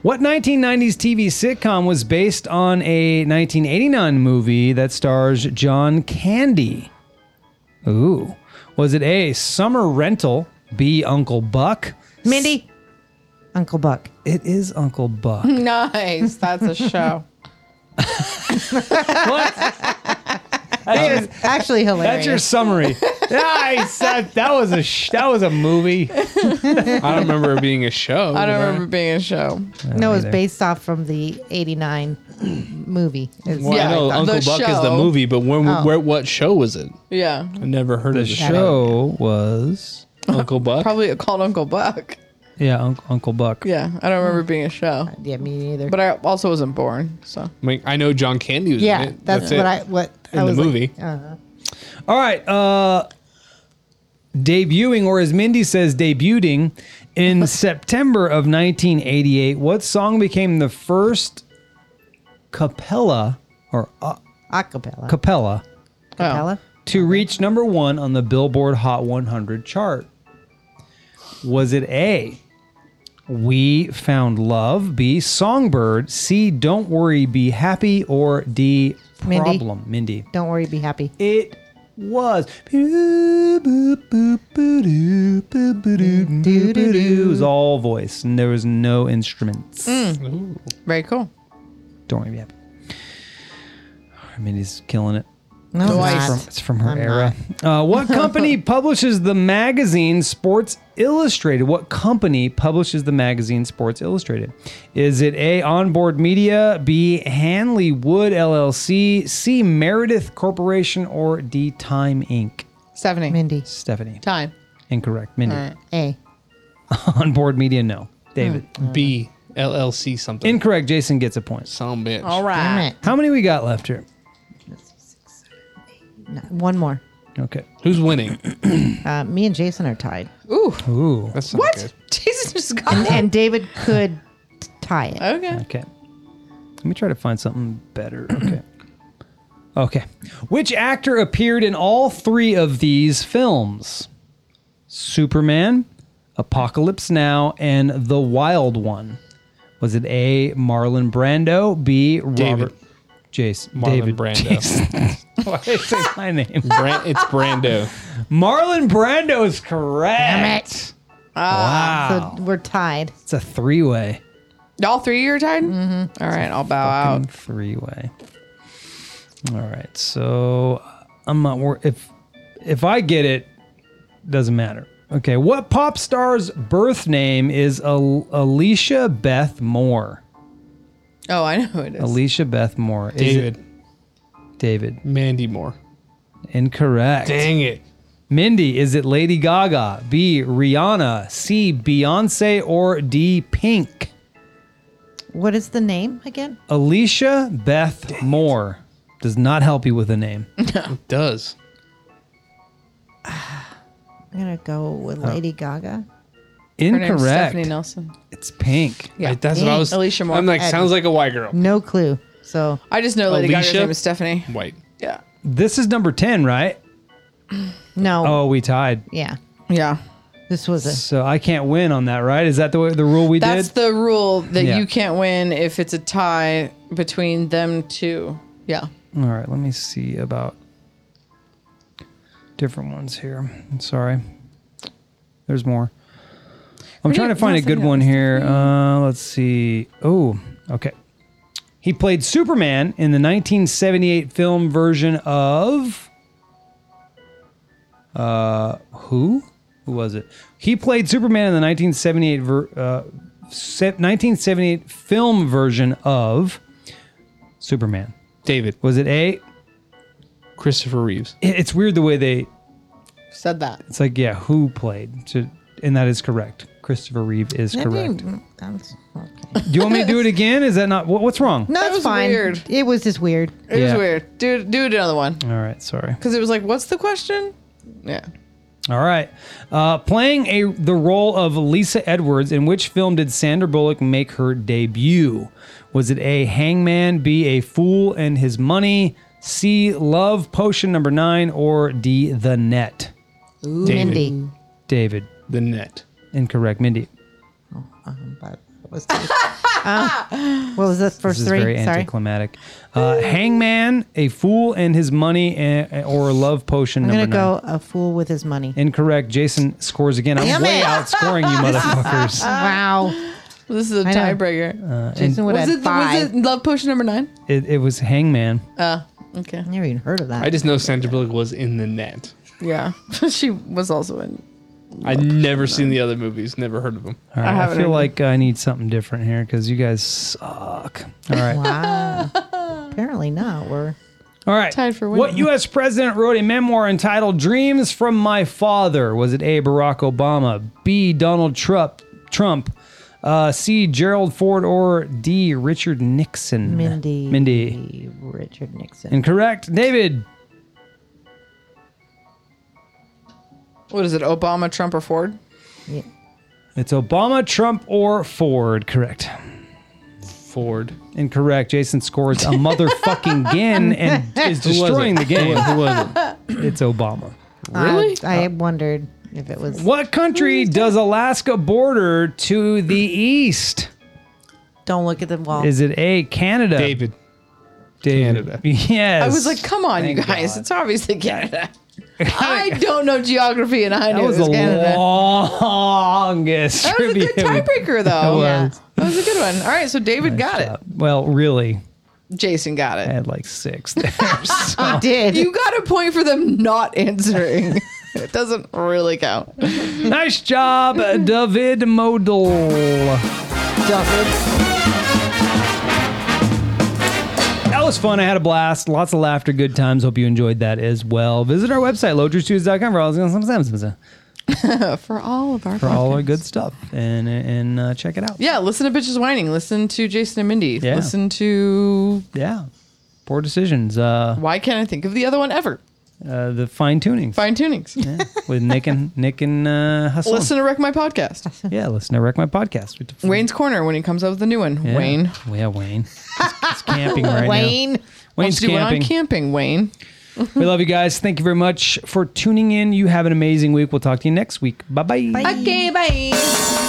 Speaker 4: What 1990s TV sitcom was based on a 1989 movie that stars John Candy? Ooh. Was it A, Summer Rental, B, Uncle Buck?
Speaker 2: Mindy? Uncle Buck.
Speaker 4: It is Uncle
Speaker 3: [LAUGHS]
Speaker 4: Buck.
Speaker 3: nice. That's a
Speaker 5: [LAUGHS]
Speaker 3: show.
Speaker 4: What? That's, your-
Speaker 2: Actually hilarious.
Speaker 4: that's your [LAUGHS] summary. Nice. That, that was a sh- that was a movie.
Speaker 5: I don't remember it being a show.
Speaker 3: I don't remember being a show.
Speaker 2: no, it's
Speaker 4: either.
Speaker 2: based off from the 89 movie. It's-
Speaker 5: Well,
Speaker 3: Yeah,
Speaker 5: I know
Speaker 3: the
Speaker 5: Uncle Buck is the
Speaker 3: show. Oh.
Speaker 5: movie, but when where what show was it?
Speaker 3: Yeah.
Speaker 5: I never heard
Speaker 4: The
Speaker 5: of the
Speaker 4: show was
Speaker 5: Uncle Buck.
Speaker 3: Probably called Uncle Buck.
Speaker 4: yeah, Unc Uncle Buck.
Speaker 3: Yeah. I don't remember being a show.
Speaker 2: Yeah, me neither.
Speaker 3: But I also wasn't born. So
Speaker 5: I, mean, I know John Candy was
Speaker 2: yeah,
Speaker 5: in it.
Speaker 2: that's,
Speaker 5: it.
Speaker 2: what I uh, what
Speaker 5: in
Speaker 2: I
Speaker 5: the
Speaker 2: was like,
Speaker 5: movie.
Speaker 4: All right. Uh, debuting, or as Mindy says, debuting [LAUGHS] in September of 1988. What song became the first cappella or a
Speaker 2: Acapella.
Speaker 4: cappella
Speaker 2: Acapella.
Speaker 4: to reach number one on the Billboard Hot 100 chart? Was it A, We Found Love, B, Songbird, C, Don't Worry, Be Happy, or D,
Speaker 2: Mindy.
Speaker 4: Problem? Mindy.
Speaker 2: Don't worry, be happy.
Speaker 4: It was. It was all voice, and there was no instruments.
Speaker 3: Very cool.
Speaker 4: Don't worry, yep. I mean, he's killing it.
Speaker 2: No, it's
Speaker 3: No, I-
Speaker 2: not.
Speaker 4: From, it's from her
Speaker 2: I'm
Speaker 4: era. Uh, what company publishes the magazine Sports Illustrated? What company publishes the magazine Sports Illustrated? Is it A, Onboard Media, B, Hanley Wood LLC, C, Meredith Corporation, or D, Time Inc.?
Speaker 3: Stephanie.
Speaker 2: Mindy.
Speaker 4: Stephanie.
Speaker 3: Time.
Speaker 4: Incorrect. Mindy.
Speaker 3: All right.
Speaker 2: A.
Speaker 4: Onboard Media, no. David.
Speaker 5: Hmm. B LLC something.
Speaker 4: Incorrect. Jason gets a point.
Speaker 5: Some bitch.
Speaker 3: All
Speaker 2: Damn
Speaker 3: right.
Speaker 2: it.
Speaker 4: How many we got left here?
Speaker 2: No, one more.
Speaker 4: Okay.
Speaker 5: Who's winning?
Speaker 2: Uh, me and Jason are tied.
Speaker 3: Ooh.
Speaker 4: Ooh.
Speaker 5: That's not
Speaker 3: What?
Speaker 5: good.
Speaker 3: [LAUGHS] Jesus just got
Speaker 2: And, and David could t- tie it.
Speaker 3: Okay.
Speaker 4: Okay. Let me try to find something better. [CLEARS THROAT] Okay. okay. Which actor appeared in all three of these films? Superman, Apocalypse Now, and The Wild One. Was it A. Marlon Brando, B.
Speaker 5: David.
Speaker 4: Robert Jason?
Speaker 5: Marlon
Speaker 4: David
Speaker 5: Brando.
Speaker 4: Jason. Why did I say my name?
Speaker 5: Bran- it's
Speaker 3: [LAUGHS]
Speaker 5: Brando.
Speaker 4: Marlon Brando is correct.
Speaker 2: Damn it. Ah,
Speaker 4: Wow.
Speaker 2: So we're tied.
Speaker 4: it's a three-way.
Speaker 3: All three you're tied? Mm-hmm. All right. I'll bow out.
Speaker 4: fucking three way. All right, so I'm not wor- if if I get it, doesn't matter. Okay, what pop star's birth name is Al- Alicia Beth Moore?
Speaker 3: Oh, I know who it is.
Speaker 4: Alicia Beth Moore. Is it-
Speaker 5: David.
Speaker 4: David.
Speaker 5: Mandy Moore.
Speaker 4: Incorrect.
Speaker 5: Dang it.
Speaker 4: Mindy, is it Lady Gaga? B. Rihanna. C. Beyonce or D. Pink?
Speaker 2: What is the name again?
Speaker 4: Alicia Beth Moore does not help you with a name.
Speaker 5: It does.
Speaker 2: I'm going to go with Lady Gaga.
Speaker 3: Her name's
Speaker 4: Incorrect.
Speaker 3: Stephanie Nelson.
Speaker 4: It's pink.
Speaker 3: Yeah.
Speaker 5: I- that's what I
Speaker 2: Dang.
Speaker 5: was.
Speaker 3: Alicia Moore.
Speaker 5: I'm like,
Speaker 2: Ed.
Speaker 5: sounds like a white girl.
Speaker 2: No clue. So
Speaker 3: I just know Lady Gaga's
Speaker 5: Alicia?
Speaker 3: name is Stephanie.
Speaker 5: White.
Speaker 3: Yeah.
Speaker 4: This is number 10, right?
Speaker 2: no.
Speaker 4: Oh, we tied.
Speaker 2: Yeah.
Speaker 3: Yeah.
Speaker 2: This was a
Speaker 4: So I can't win on that, right? Is that the way, the rule we
Speaker 3: That's
Speaker 4: did?
Speaker 3: the rule that
Speaker 4: Yeah.
Speaker 3: you can't win if it's a tie between them two. Yeah.
Speaker 4: All right, let me see about different ones here. I'm sorry. There's more. I'm
Speaker 3: Really?
Speaker 4: trying to find a
Speaker 3: Nothing
Speaker 4: good
Speaker 3: else.
Speaker 4: one here. Uh, let's see. Oh, okay. He played Superman in the 1978 film version of uh, who? Who was it? He played Superman in the 1978 ver, uh, se- 1978 film version of Superman.
Speaker 5: David.
Speaker 4: Was it A?
Speaker 5: Christopher Reeves.
Speaker 4: It- It's weird the way they.
Speaker 3: Said that.
Speaker 4: It's like yeah, who played? To, and that is correct. Christopher Reeve is
Speaker 2: That
Speaker 4: correct.
Speaker 2: didn't- that was- okay.
Speaker 4: Do you want me to do it again? Is that not what, what's wrong?
Speaker 2: No,
Speaker 3: That
Speaker 2: it's
Speaker 3: was
Speaker 2: fine.
Speaker 3: weird.
Speaker 2: It was just weird.
Speaker 3: It was
Speaker 4: Yeah.
Speaker 3: weird. Do do another one.
Speaker 4: All right, sorry.
Speaker 3: Because it was like, what's the question? Yeah.
Speaker 4: All right, uh, playing a the role of Lisa Edwards in which film did Sandra Bullock make her debut? Was it A. Hangman, B. A Fool and His Money, C. Love Potion Number Nine, or D. The Net?
Speaker 5: David.
Speaker 2: Mindy.
Speaker 4: David,
Speaker 5: The net.
Speaker 4: incorrect. Mindy,
Speaker 2: Um, but it [LAUGHS] was um, what was the first
Speaker 4: This is
Speaker 2: three?
Speaker 4: very
Speaker 2: Sorry.
Speaker 4: anticlimactic. Uh, hangman, a fool and his money, eh, or love potion
Speaker 2: I'm
Speaker 4: number
Speaker 2: going to go
Speaker 4: nine.
Speaker 2: a fool with his money.
Speaker 4: Incorrect. Jason scores again. I'm
Speaker 2: Damn
Speaker 4: way
Speaker 2: it. [LAUGHS]
Speaker 4: outscoring you, motherfuckers.
Speaker 2: Ah. wow.
Speaker 3: This is a
Speaker 2: I know.
Speaker 3: tiebreaker.
Speaker 2: Jason would
Speaker 3: was,
Speaker 2: have
Speaker 3: it,
Speaker 2: five.
Speaker 3: was it Love Potion number nine?
Speaker 4: It, it was Hangman.
Speaker 3: Oh, okay.
Speaker 2: I never even heard of that.
Speaker 5: I just know Sandra Bullock was in the net.
Speaker 3: Yeah. [LAUGHS] she was also in.
Speaker 5: I've never seen the other movies. Never heard of them.
Speaker 4: All right, I,
Speaker 3: haven't
Speaker 4: feel
Speaker 3: either.
Speaker 4: like I need something different here because you guys suck. All right.
Speaker 2: wow. Apparently not. We're
Speaker 4: All right.
Speaker 3: Tied for
Speaker 4: what
Speaker 3: winning.
Speaker 4: U.S. president wrote a memoir entitled "Dreams from My Father"? Was it A. Barack Obama, B. Donald Trump, Trump, uh, C. Gerald Ford, or D. Richard Nixon?
Speaker 2: Mindy.
Speaker 4: Mindy.
Speaker 2: Richard Nixon.
Speaker 4: Incorrect. David.
Speaker 3: What is it? Obama, Trump, or Ford?
Speaker 4: It's Obama, Trump, or Ford. Correct.
Speaker 5: Ford.
Speaker 4: Incorrect.
Speaker 3: [LAUGHS]
Speaker 4: Jason scores a motherfucking gin and is
Speaker 5: Who was
Speaker 4: destroying
Speaker 5: it?
Speaker 4: the game.
Speaker 5: Who was
Speaker 4: [LAUGHS]
Speaker 5: it?
Speaker 4: It's Obama.
Speaker 2: Really? Um, I, I wondered if it was.
Speaker 4: What country does Alaska border to the east?
Speaker 2: Don't look at the wall.
Speaker 4: Is it A, Canada?
Speaker 5: David.
Speaker 4: David.
Speaker 5: Canada.
Speaker 4: [LAUGHS] Yes.
Speaker 3: I was like, come on, you guys. It's obviously
Speaker 4: [LAUGHS]
Speaker 3: Canada. I don't know geography, and I
Speaker 4: that
Speaker 3: knew
Speaker 4: was
Speaker 3: it was
Speaker 4: the
Speaker 3: Canada.
Speaker 4: longest
Speaker 3: that was a
Speaker 4: trivia.
Speaker 3: good tiebreaker,
Speaker 4: [LAUGHS]
Speaker 3: though.
Speaker 4: Yeah.
Speaker 3: That was a good one. All right, so David got it.
Speaker 4: Well, really,
Speaker 3: Jason got
Speaker 4: I
Speaker 3: it.
Speaker 4: had like six there. [LAUGHS] so.
Speaker 2: I did.
Speaker 3: You got a point for them not
Speaker 4: [LAUGHS]
Speaker 3: answering. it doesn't really count.
Speaker 4: nice job, David Modal. That was fun. I had a blast. Lots of laughter, good times. Hope you enjoyed that as well. Visit our website, lowtruestudios.com, for all
Speaker 3: [LAUGHS] For all of our
Speaker 4: for all our good stuff and and uh, check it out.
Speaker 3: Yeah, listen to Bitches Whining. Listen to Jason and Mindy.
Speaker 4: Yeah.
Speaker 3: Listen to
Speaker 4: Yeah. Poor decisions. Uh,
Speaker 3: Why Can't I Think of the Other One Ever?
Speaker 4: uh the fine tuning
Speaker 3: Fine Tunings.
Speaker 4: with Nick and Nick and uh, Hassan.
Speaker 3: Listen to Wreck My
Speaker 4: [LAUGHS]
Speaker 3: Podcast.
Speaker 4: Yeah, listen to wreck my podcast. We-
Speaker 3: Wayne's Corner when he comes out with a new one.
Speaker 4: Yeah.
Speaker 3: Wayne.
Speaker 4: Yeah, Wayne. He's, he's camping right now.
Speaker 2: Wayne.
Speaker 3: Let's
Speaker 4: Wayne's
Speaker 3: do it on
Speaker 4: camping.
Speaker 3: camping, Wayne.
Speaker 4: We love you guys. Thank you very much for tuning in. You have an amazing week. We'll talk to you next week. Bye-bye. bye bye
Speaker 3: Okay, bye.